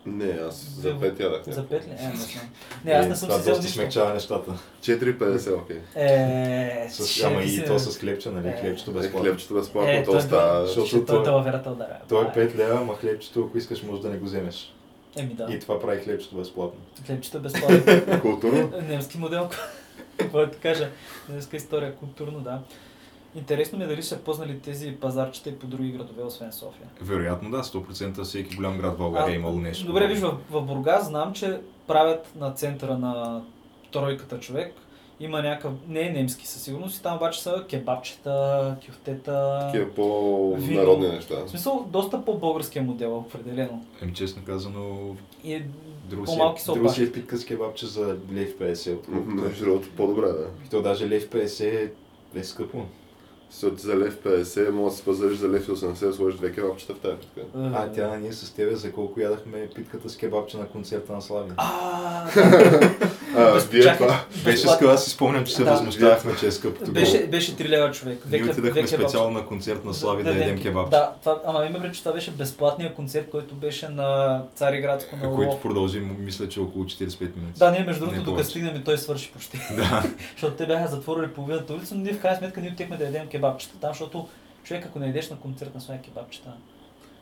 Speaker 1: Не, аз за
Speaker 3: Две-
Speaker 1: 5 ядах.
Speaker 3: За
Speaker 1: някакво.
Speaker 3: пет ли? Е, не знам. Не, аз не съм
Speaker 2: Е, това
Speaker 3: си взел
Speaker 2: доста
Speaker 3: нищо.
Speaker 2: смекчава нещата.
Speaker 1: 4,50, окей.
Speaker 3: Е,
Speaker 2: С,
Speaker 3: ще
Speaker 2: ама
Speaker 3: ви се-
Speaker 2: и то с хлебче, нали?
Speaker 3: Е.
Speaker 2: Хлебчето
Speaker 1: Е,
Speaker 2: безплатно.
Speaker 1: Хлебчето безплатно,
Speaker 3: Е,
Speaker 1: то
Speaker 3: той-
Speaker 1: остава.
Speaker 2: Защото
Speaker 3: Ще той е
Speaker 2: той-
Speaker 3: това верата ударя.
Speaker 2: Той
Speaker 3: Ай,
Speaker 2: е 5 лева, ама хлебчето, ако искаш, може да не го вземеш.
Speaker 3: Еми да.
Speaker 2: И това прави хлебчето безплатно.
Speaker 3: Хлебчета безплатно.
Speaker 1: Културно.
Speaker 3: Немски модел. Какво да ти кажа? Немска история, културно, да. Интересно ми е дали са познали тези пазарчета и по други градове, освен София.
Speaker 2: Вероятно да, 100% всеки голям град е в
Speaker 3: А, Добре, виж, в, в Бургас знам, че правят на центъра на тройката човек. Има някакъв, не е немски със сигурност, и там обаче са кебабчета, кюфтета.
Speaker 1: Такива е по-народни
Speaker 3: Вино.
Speaker 1: неща.
Speaker 3: В смисъл, доста по-българския модел, определено.
Speaker 2: Ем, Ами, честно казано,
Speaker 3: И е
Speaker 2: друг
Speaker 3: По-малки са
Speaker 2: си, друг си
Speaker 3: опашките.
Speaker 2: е питка с кебабче за лев 50.
Speaker 1: М,
Speaker 2: отколкото-
Speaker 1: Между другото, по-добре, да.
Speaker 2: И то даже лев 50 е скъпо.
Speaker 1: Защото за лев 50, може да се пазариш за лев и 80, да сложиш две кебабчета в тази питка.
Speaker 2: А, тя ние с тебе за колко ядахме питката с кебабче на концерта на Слави.
Speaker 3: А,
Speaker 1: А,
Speaker 3: Без-
Speaker 1: вие
Speaker 3: чакай.
Speaker 1: това.
Speaker 2: Беше
Speaker 3: безплатно.
Speaker 2: скъпо, аз си спомням, че се
Speaker 3: Да.
Speaker 2: възмущавахме, че е скъпо тогава.
Speaker 3: беше, беше 3 лева човек. Две
Speaker 2: Ние
Speaker 3: кеб-
Speaker 2: отидахме
Speaker 3: две кебабчета.
Speaker 2: специално на концерт на Слави да,
Speaker 3: Две
Speaker 2: ядем
Speaker 3: ке-
Speaker 2: кебабче,
Speaker 3: Да, това, ама има предвид, че това беше безплатният концерт, който беше на Цариградско на
Speaker 2: който
Speaker 3: Лов.
Speaker 2: продължи, мисля, че около 45 минути.
Speaker 3: Да, ние между
Speaker 2: Не
Speaker 3: другото, докато
Speaker 2: повече.
Speaker 3: стигнем и той свърши почти.
Speaker 2: да.
Speaker 3: защото те бяха затворили половината улица, но ние в крайна сметка ние отихме да ядем кебабчета там, защото човек ако не идеш на концерт на своя кебабчета,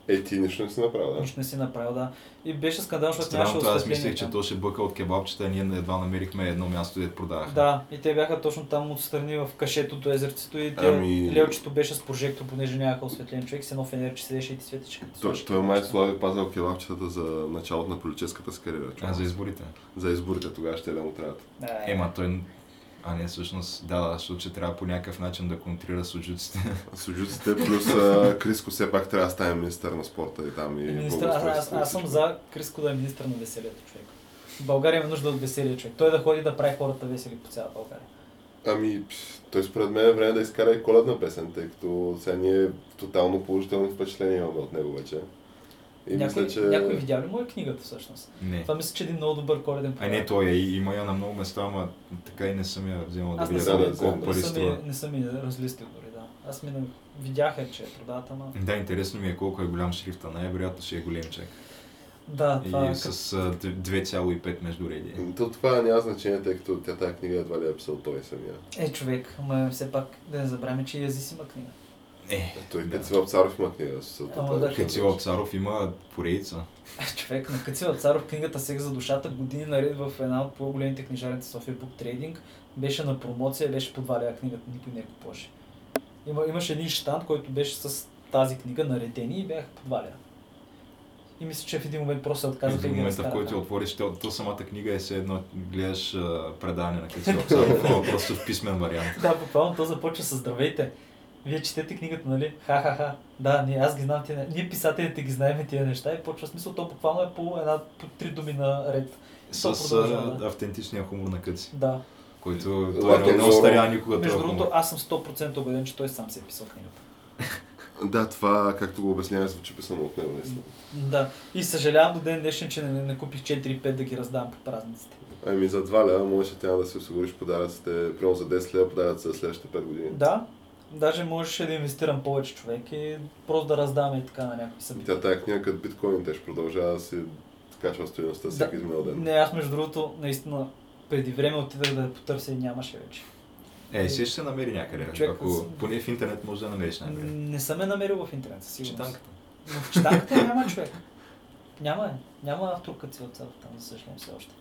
Speaker 1: Е, ти нищо не си направил, да?
Speaker 3: нищо не си направил, да. И беше скандал, защото нямаше
Speaker 2: Странното, аз
Speaker 3: осветление.
Speaker 2: мислех, че
Speaker 3: там.
Speaker 2: то ще бъка от кебабчета, а ние едва намерихме едно място, дето продаваха.
Speaker 3: Да, и те бяха точно там отстрани в кашето до езерцето и те,
Speaker 1: Ами-
Speaker 3: лелчето беше с прожектор, понеже нямаха осветлен човек, с едно фенерче седеше и ти светеше. като
Speaker 1: Той,
Speaker 3: слушаш
Speaker 2: е
Speaker 1: той май
Speaker 3: кебабчета.
Speaker 1: Слави пазал кебабчетата за началото на политическата си кариера. човек.
Speaker 2: А за изборите.
Speaker 1: За изборите тогава ще да му трябват.
Speaker 3: Е,
Speaker 2: Ема той... А не, всъщност, да, да, защото ще трябва по някакъв начин да контрира суджуците.
Speaker 1: Суджуците плюс а, Криско все пак трябва да стане министър на спорта и там и
Speaker 3: Министър, аз, аз,
Speaker 1: благоустройството и
Speaker 3: аз съм
Speaker 1: всичко.
Speaker 3: за Криско да е министър на веселието човек. България има нужда от веселия човек. Той да ходи да прави хората весели по цяла България.
Speaker 1: Ами, пф, той според мен е време да изкара и коледна песен, тъй като сега ние тотално положителни впечатления имаме от него вече. И
Speaker 3: някой,
Speaker 1: мисля, че...
Speaker 3: някой видя ли му е книгата всъщност?
Speaker 2: Не.
Speaker 3: Това мисля, че е един много добър коледен
Speaker 2: А
Speaker 3: подарък.
Speaker 2: не, той е, и- има я на много места, ама така и не съм я вземал да
Speaker 3: Аз не
Speaker 2: видя
Speaker 1: съм я
Speaker 2: колко-
Speaker 1: взел,
Speaker 2: колко
Speaker 1: да.
Speaker 3: съм, не,
Speaker 2: пари
Speaker 3: съм и,
Speaker 2: струва.
Speaker 3: не съм и разлистил дори, да. Аз ми не- видях я, че е продават, ама...
Speaker 2: Да, интересно ми е колко е голям шрифта. Най-вероятно ще е големчек.
Speaker 3: Да, това е
Speaker 2: И с а, д- 2,5 междуредие.
Speaker 1: То това няма значение, тъй като тя тази книга едва ли е писал той самия.
Speaker 3: Е, човек, ама все пак да не забравяме, че и Азис има книга.
Speaker 2: Е,
Speaker 1: Той
Speaker 2: Да.
Speaker 1: Кацилов Царов има книга с това. е
Speaker 3: Ама да,
Speaker 2: Кацилов Царов има поредица.
Speaker 3: Човек, на Кацила Царов книгата Секс за душата години наред в една от по-големите книжарници София Book Trading беше на промоция, беше по два лева книгата, никой не я купуваше. Има, имаше един штанд, който беше с тази книга наредени и бяха по два лева. И мисля, че в един момент просто се
Speaker 2: И
Speaker 3: отказаха
Speaker 2: в
Speaker 3: и ги
Speaker 2: момента, в
Speaker 3: разкараха.
Speaker 2: който е я отвориш, то, то самата книга е все едно гледаш а, предаване на Кацилов Царов, ама просто в писмен вариант.
Speaker 3: Да, буквално то започва с здравейте. Вие четете книгата, нали? Ха-ха-ха. Да, ние, аз ги знам тия не- Ние писателите ги знаем тия неща и почва смисъл. То буквално е по една, по три думи на ред.
Speaker 2: С
Speaker 3: продължава,
Speaker 2: а, автентичния хумор на Къци,
Speaker 3: Да.
Speaker 2: който
Speaker 1: Да,
Speaker 2: той не
Speaker 1: да,
Speaker 2: остаря никога
Speaker 3: Между
Speaker 2: този хумор.
Speaker 3: другото, аз съм 100% убеден, че той сам си е писал е книгата.
Speaker 1: Да, това, както го обясняваш, звучи писано от него, наистина.
Speaker 3: Да. И съжалявам до ден днешен, че не, не купих 4-5 да ги раздавам по празниците.
Speaker 1: Ами за 2 лева можеше трябва да си осигуриш подаръците, примерно за 10 лева подаръците за следващите 5 години.
Speaker 3: Да. Даже можеше да инвестирам повече човек и просто да раздаваме и така на някакви
Speaker 1: И
Speaker 3: събития.
Speaker 1: Тя тая книга като биткоините ще продължава да си качва стоеността
Speaker 3: Да.
Speaker 1: всеки изминал ден.
Speaker 3: Не, аз между другото, наистина, преди време отидах да я потърся и нямаше вече.
Speaker 2: Е, си ще се намери някъде.
Speaker 3: Човек,
Speaker 2: Ако поне в интернет може да намериш
Speaker 3: М,
Speaker 2: някъде.
Speaker 3: Не съм я намерил в интернет, със сигурност.
Speaker 2: Четанката.
Speaker 3: Но в читанката няма човек. Няма е. Няма авторка цялата там, за съжаление, все още.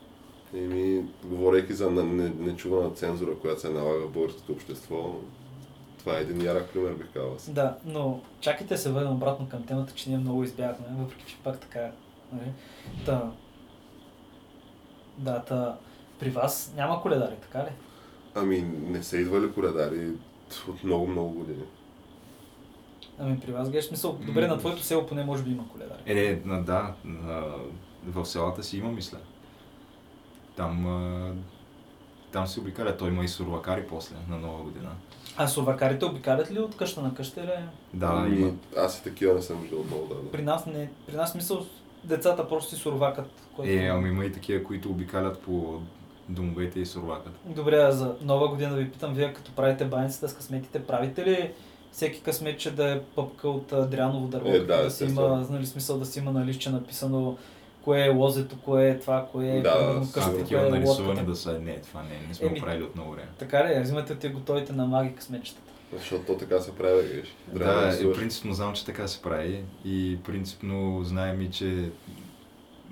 Speaker 1: Еми, говорейки за не- не- нечувана цензура, която се налага в българското общество, това е един ярък пример, бих казал. аз.
Speaker 3: Да, но чакайте да се върнем обратно към темата, че ние много избягахме, въпреки че пак така. Нали? Та... Да, та... При вас няма коледари, така ли?
Speaker 1: Ами, не са идвали коледари от много-много години.
Speaker 3: Ами при вас гледаш смисъл. Добре, на твоето село поне може би има коледари.
Speaker 2: Е, е, на- да, на- в селата си има, мисля. Там, а, там се обикаля. Той има и сурвакари после, на нова година.
Speaker 3: А совакарите обикалят ли от къща на къща или...
Speaker 2: Да,
Speaker 1: Ами,
Speaker 2: има.
Speaker 1: Аз и такива не съм виждал много давно.
Speaker 3: При нас не... При нас мисъл децата просто си сурвакат. Който...
Speaker 2: Е, ами има и такива, които обикалят по домовете и сурваката.
Speaker 3: Добре, а за нова година ви питам, вие като правите баницата с късметите, правите ли всеки късметче да е пъпка от а, дряново дърво,
Speaker 1: Е,
Speaker 3: като
Speaker 1: да,
Speaker 3: да си
Speaker 1: естествено.
Speaker 3: има, нали, смисъл да си има на лище написано кое е лозето, кое е това, кое е
Speaker 1: Да,
Speaker 3: примерно,
Speaker 1: да, с
Speaker 2: А,
Speaker 3: къщата,
Speaker 2: такива
Speaker 3: кое е
Speaker 2: нарисувани
Speaker 3: лодката.
Speaker 2: да са. Не, това не, не сме
Speaker 3: Еми-
Speaker 2: го правили от много време.
Speaker 3: Така ли, е? взимате от готовите на маги късметчетата.
Speaker 1: Защото то така се прави, виж. Трябва
Speaker 2: Да, и
Speaker 1: рисуваш.
Speaker 2: принципно знам, че така се прави и принципно знаем и, че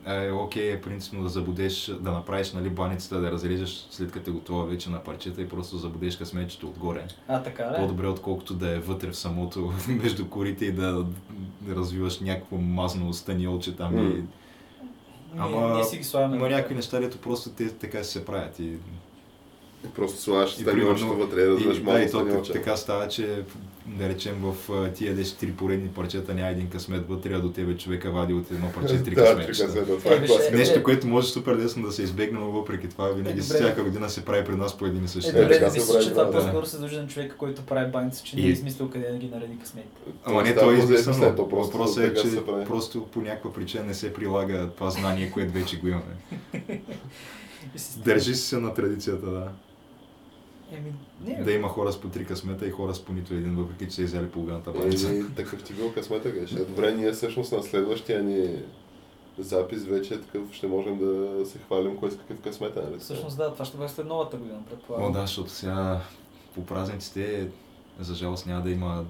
Speaker 2: е, окей е принципно да забудеш, да направиш нали, баницата, да я разрежеш след като е готова вече на парчета и просто забудеш късметчето отгоре.
Speaker 3: А, така ли?
Speaker 2: По-добре отколкото да е вътре в самото, между корите и да, да развиваш някакво мазно стъниолче там и...
Speaker 1: М.
Speaker 3: Ние,
Speaker 2: Ама-
Speaker 3: ние си ги слагаме.
Speaker 2: Има някакви неща, дето просто те така се правят и
Speaker 1: И Просто слагаш
Speaker 2: И
Speaker 1: станилчето
Speaker 2: примерно-
Speaker 1: вътре, развиваш
Speaker 2: И, да,
Speaker 1: малко
Speaker 2: и то так-
Speaker 1: станилче.
Speaker 2: така става, че да речем в а, ти ядеш три поредни парчета, няма един късмет вътре, а до тебе човека вади от едно парче
Speaker 1: Да, три
Speaker 2: три късметчета.
Speaker 1: късмета, това е
Speaker 3: Е,
Speaker 1: класика.
Speaker 3: виж,
Speaker 2: Нещо, което може супер лесно да се избегне, но въпреки това винаги
Speaker 3: Е,
Speaker 2: с
Speaker 3: добре.
Speaker 2: всяка година се прави при нас по един и
Speaker 3: Е,
Speaker 2: същи.
Speaker 1: Е,
Speaker 3: добре,
Speaker 1: така
Speaker 3: да
Speaker 1: се
Speaker 3: мисля,
Speaker 1: прави,
Speaker 3: че това
Speaker 1: да.
Speaker 3: по-скоро се дължи на човека, който прави баница, че не е
Speaker 2: И-
Speaker 3: измислил къде да ги нареди късметите.
Speaker 2: Ама не,
Speaker 1: става
Speaker 2: то е
Speaker 1: въпрос за
Speaker 2: измислено.
Speaker 1: епицентър, просто
Speaker 2: Въпросът е,
Speaker 1: така
Speaker 2: че
Speaker 1: се прави.
Speaker 2: просто по някаква причина не се прилага това знание, което вече го имаме.
Speaker 3: И си-
Speaker 2: Държи си се на традицията, да.
Speaker 3: Еми, не,
Speaker 2: Да има хора с по три късмета и хора с по нито един, въпреки че са изяли
Speaker 1: Е,
Speaker 2: половината баница.
Speaker 1: Еми, такъв Ами, ти бил късмета, геш. Е, Добре, ние всъщност на следващия ни запис вече е такъв, ще можем да се хвалим кой с какъв късмет е, нали?
Speaker 3: всъщност да, това ще бъде след новата година, предполагам.
Speaker 2: О, да, защото сега по празниците, за жалост, няма да има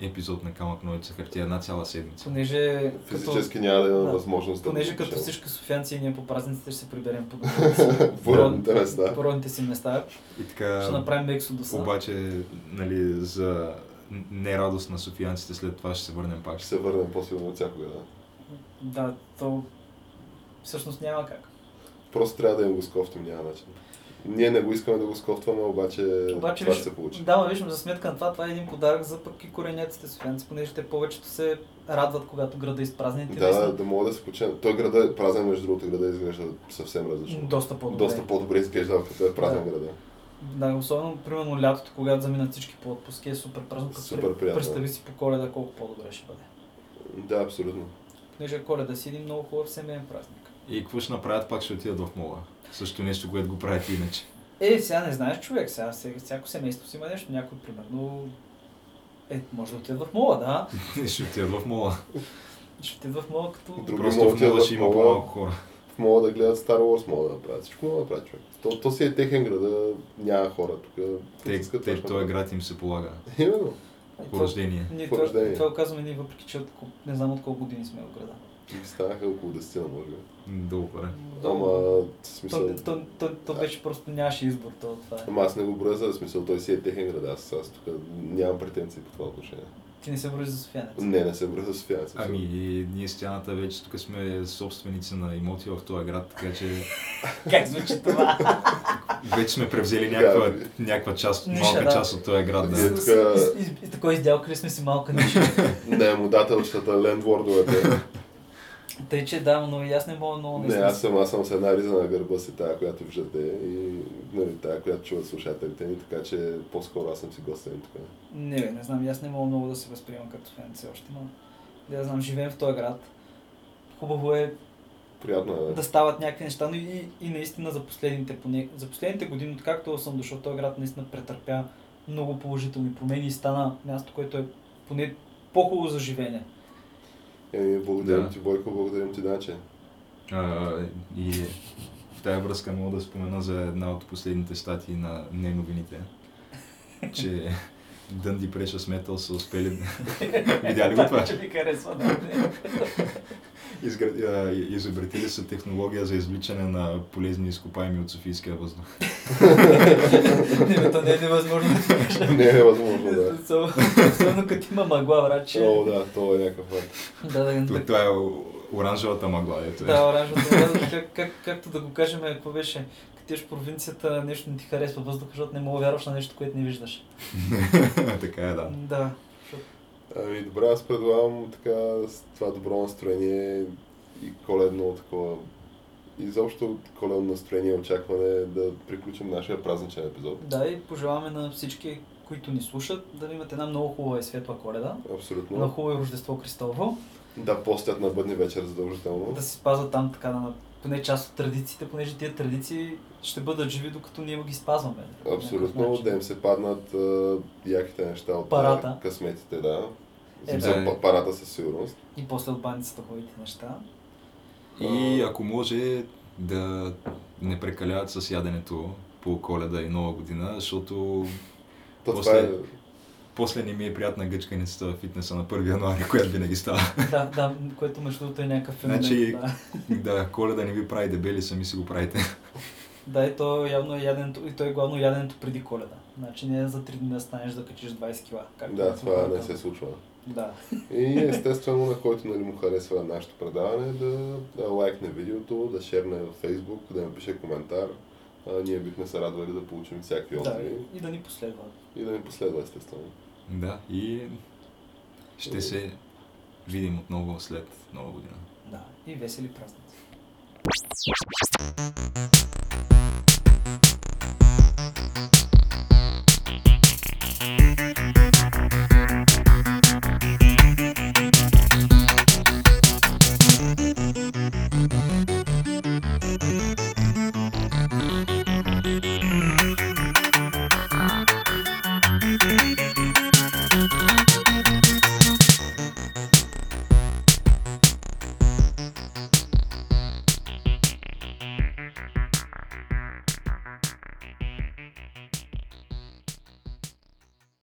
Speaker 2: епизод на Камък Новица хартия една цяла седмица.
Speaker 3: Понеже като,
Speaker 1: Физически няма да имаме
Speaker 3: да.
Speaker 1: възможност да...
Speaker 3: понеже
Speaker 1: го
Speaker 3: като
Speaker 1: пишем.
Speaker 3: всички софианци и ние по празниците ще се приберем по
Speaker 1: Воля,
Speaker 3: родните
Speaker 1: интерес,
Speaker 3: си-
Speaker 1: да.
Speaker 3: по родните си места,
Speaker 2: И така,
Speaker 3: ще направим ексодуса.
Speaker 2: обаче, нали, за н- нерадост на софиянците след това ще се върнем пак.
Speaker 1: Ще се върнем по-силно от всякога, да.
Speaker 3: Да, то всъщност няма как.
Speaker 1: Просто трябва да им го скофтим, няма начин. Ние не го искаме да го скофтваме, обаче,
Speaker 3: Обаче,
Speaker 1: това
Speaker 3: виж,
Speaker 1: ще се получи.
Speaker 3: да, ма виж, но за сметка на това, това е един подарък за пък и кореняците софианци, понеже те повечето се радват, когато града е изпразнен. Те
Speaker 1: Да,
Speaker 3: наистина
Speaker 1: да мога да се почина. Той града е празен, между другото, града изглежда съвсем различно.
Speaker 3: доста по-добре.
Speaker 1: Доста по-добре изглежда, като е празен града.
Speaker 3: Да, особено, примерно, лятото, когато заминат всички по отпуски, е супер празно. като
Speaker 1: Супер
Speaker 3: пре-
Speaker 1: приятно.
Speaker 3: Представи си по коледа колко по-добре ще бъде.
Speaker 1: Да, абсолютно.
Speaker 3: Понеже коледа си е един много хубав семейен празник.
Speaker 2: И какво ще направят, пак ще отидат в мола. Също нещо, което го правят иначе.
Speaker 3: Е, сега не знаеш човек, сега, сега всяко семейство си има нещо, някой примерно... Е, може да отиде в мола, да.
Speaker 2: ще отидат в мола.
Speaker 3: Ще отиде в мола като...
Speaker 1: Други
Speaker 2: Просто
Speaker 1: мола
Speaker 2: в
Speaker 1: отиват
Speaker 2: мола
Speaker 1: в
Speaker 2: ще има
Speaker 1: мола.
Speaker 2: по-малко хора.
Speaker 1: Мога да гледат Star Wars, мога да правят всичко, мога да правят човек. То, то си е техен града, няма хора тук.
Speaker 2: Те, те, този град им се полага.
Speaker 1: е Именно.
Speaker 3: И
Speaker 2: По
Speaker 3: това-
Speaker 2: рождение.
Speaker 3: Ние,
Speaker 1: по
Speaker 3: това,
Speaker 1: рождение.
Speaker 3: това го казваме ние, въпреки че от, кол- не знам от колко години сме в града.
Speaker 1: И Станаха около 10 на може би.
Speaker 2: Долу горе.
Speaker 1: Ама, в
Speaker 3: То,
Speaker 1: смисъл...
Speaker 3: то, то, то, беше просто нямаше избор, то това е.
Speaker 1: Ама аз не го броя за смисъл, той си е техен град, аз, аз тук нямам претенции по това отношение.
Speaker 3: Ти не се бориш за Софиянец.
Speaker 1: Не, не се броя за Софиянец.
Speaker 2: Ами, и ние с тяната вече тук сме собственици на имоти в този град, така че
Speaker 3: Как звучи това?
Speaker 2: Вече сме превзели
Speaker 1: Да,
Speaker 2: някаква,
Speaker 1: бе.
Speaker 2: някаква част,
Speaker 3: Ниша,
Speaker 2: малка
Speaker 3: да.
Speaker 2: част от този град. Да.
Speaker 1: Е, така-
Speaker 3: С- с- из- И такова изделка ли сме си малка ниша?
Speaker 1: Не, му дателчетата, лендвордовете.
Speaker 3: Тъй, че да, но и аз не мога много
Speaker 1: Не,
Speaker 3: наистина.
Speaker 1: аз съм, аз съм с една риза на гърба си, тая, която виждате и нали, тая, която чуват слушателите ми, така че по-скоро аз съм си гостен тук.
Speaker 3: Не, бе, не знам, и аз не мога много да се възприемам като фен все още, но да знам, живеем в този град. Хубаво е
Speaker 1: Приятно е.
Speaker 3: да стават някакви неща, но и, и наистина за последните, поне, за последните години, откакто съм дошъл, този град наистина претърпя много положителни промени и стана място, което е поне по-хубаво за живеене.
Speaker 1: Еми, Е, благодарим
Speaker 2: Да.
Speaker 1: ти, Бойко, благодарим ти, Данче.
Speaker 2: А, и в тази връзка мога да спомена за една от последните статии на не новините, че Дънди Прешъс Метал са успели Видя ли го това?
Speaker 3: Че ми харесва, да. не.
Speaker 2: изград... а, и- изобретили са технология за извличане на полезни изкопаеми от Софийския въздух.
Speaker 3: Не, бе, то не е невъзможно да ти кажа.
Speaker 1: Не е невъзможно, да.
Speaker 3: Особено особено като има мъгла, враче.
Speaker 1: О, да, то е някакъв факт.
Speaker 3: Да, да, да.
Speaker 2: Тук това е о- оранжевата мъгла, ето е.
Speaker 3: Да, оранжевата вода, как, как, както да го кажем, какво беше? Като в провинцията, нещо не ти харесва въздуха, защото не мога вярваш на нещо, което не виждаш.
Speaker 2: така е, да.
Speaker 3: Да.
Speaker 1: Ами, добре, аз предлагам така с това добро настроение и коледно такова. Изобщо коледно настроение и очакване да приключим нашия празничен епизод.
Speaker 3: Да, и пожелаваме на всички, които ни слушат, да имат една много хубава и светла коледа.
Speaker 1: Абсолютно.
Speaker 3: Едно хубаво Рождество Христово.
Speaker 1: Да, постят на бъдни вечер задължително.
Speaker 3: Да се спазват там така, да, на- поне част от традициите, понеже тия традиции ще бъдат живи, докато ние ги спазваме. по някакъв
Speaker 1: Абсолютно,
Speaker 3: начин.
Speaker 1: да им се паднат а, яките неща от
Speaker 3: Парата.
Speaker 1: а, късметите, да.
Speaker 3: Е,
Speaker 1: Е, да.
Speaker 2: да.
Speaker 1: парата със сигурност.
Speaker 3: И после от баницата хубавите неща.
Speaker 2: И ако може да не прекаляват с яденето по коледа и нова година, защото
Speaker 1: То това
Speaker 2: После-
Speaker 1: е...
Speaker 2: после не ми е приятна гъчканицата в фитнеса на 1 януари, която винаги става.
Speaker 3: да, да, което между другото е някакъв феномен.
Speaker 2: Значи-
Speaker 3: Да.
Speaker 2: да, коледа не ви прави дебели, сами си го правите.
Speaker 3: Да, и то явно е яденето, и то е главно яденето преди коледа. Значи не е за 3 дни да станеш да качиш 20 кила. както
Speaker 1: Да,
Speaker 3: сме
Speaker 1: това не
Speaker 3: говорили.
Speaker 1: се случва.
Speaker 3: Да,
Speaker 1: И естествено, на който нали, му харесва нашето предаване, да, да лайкне видеото, да шерне във Facebook, да напише коментар. А, ние бихме се радвали да получим всякакви
Speaker 3: да,
Speaker 1: отзиви
Speaker 3: и да ни последва.
Speaker 1: и да ни последва, естествено.
Speaker 2: Да, и ще се видим отново след нова година.
Speaker 3: Да, и весели празници.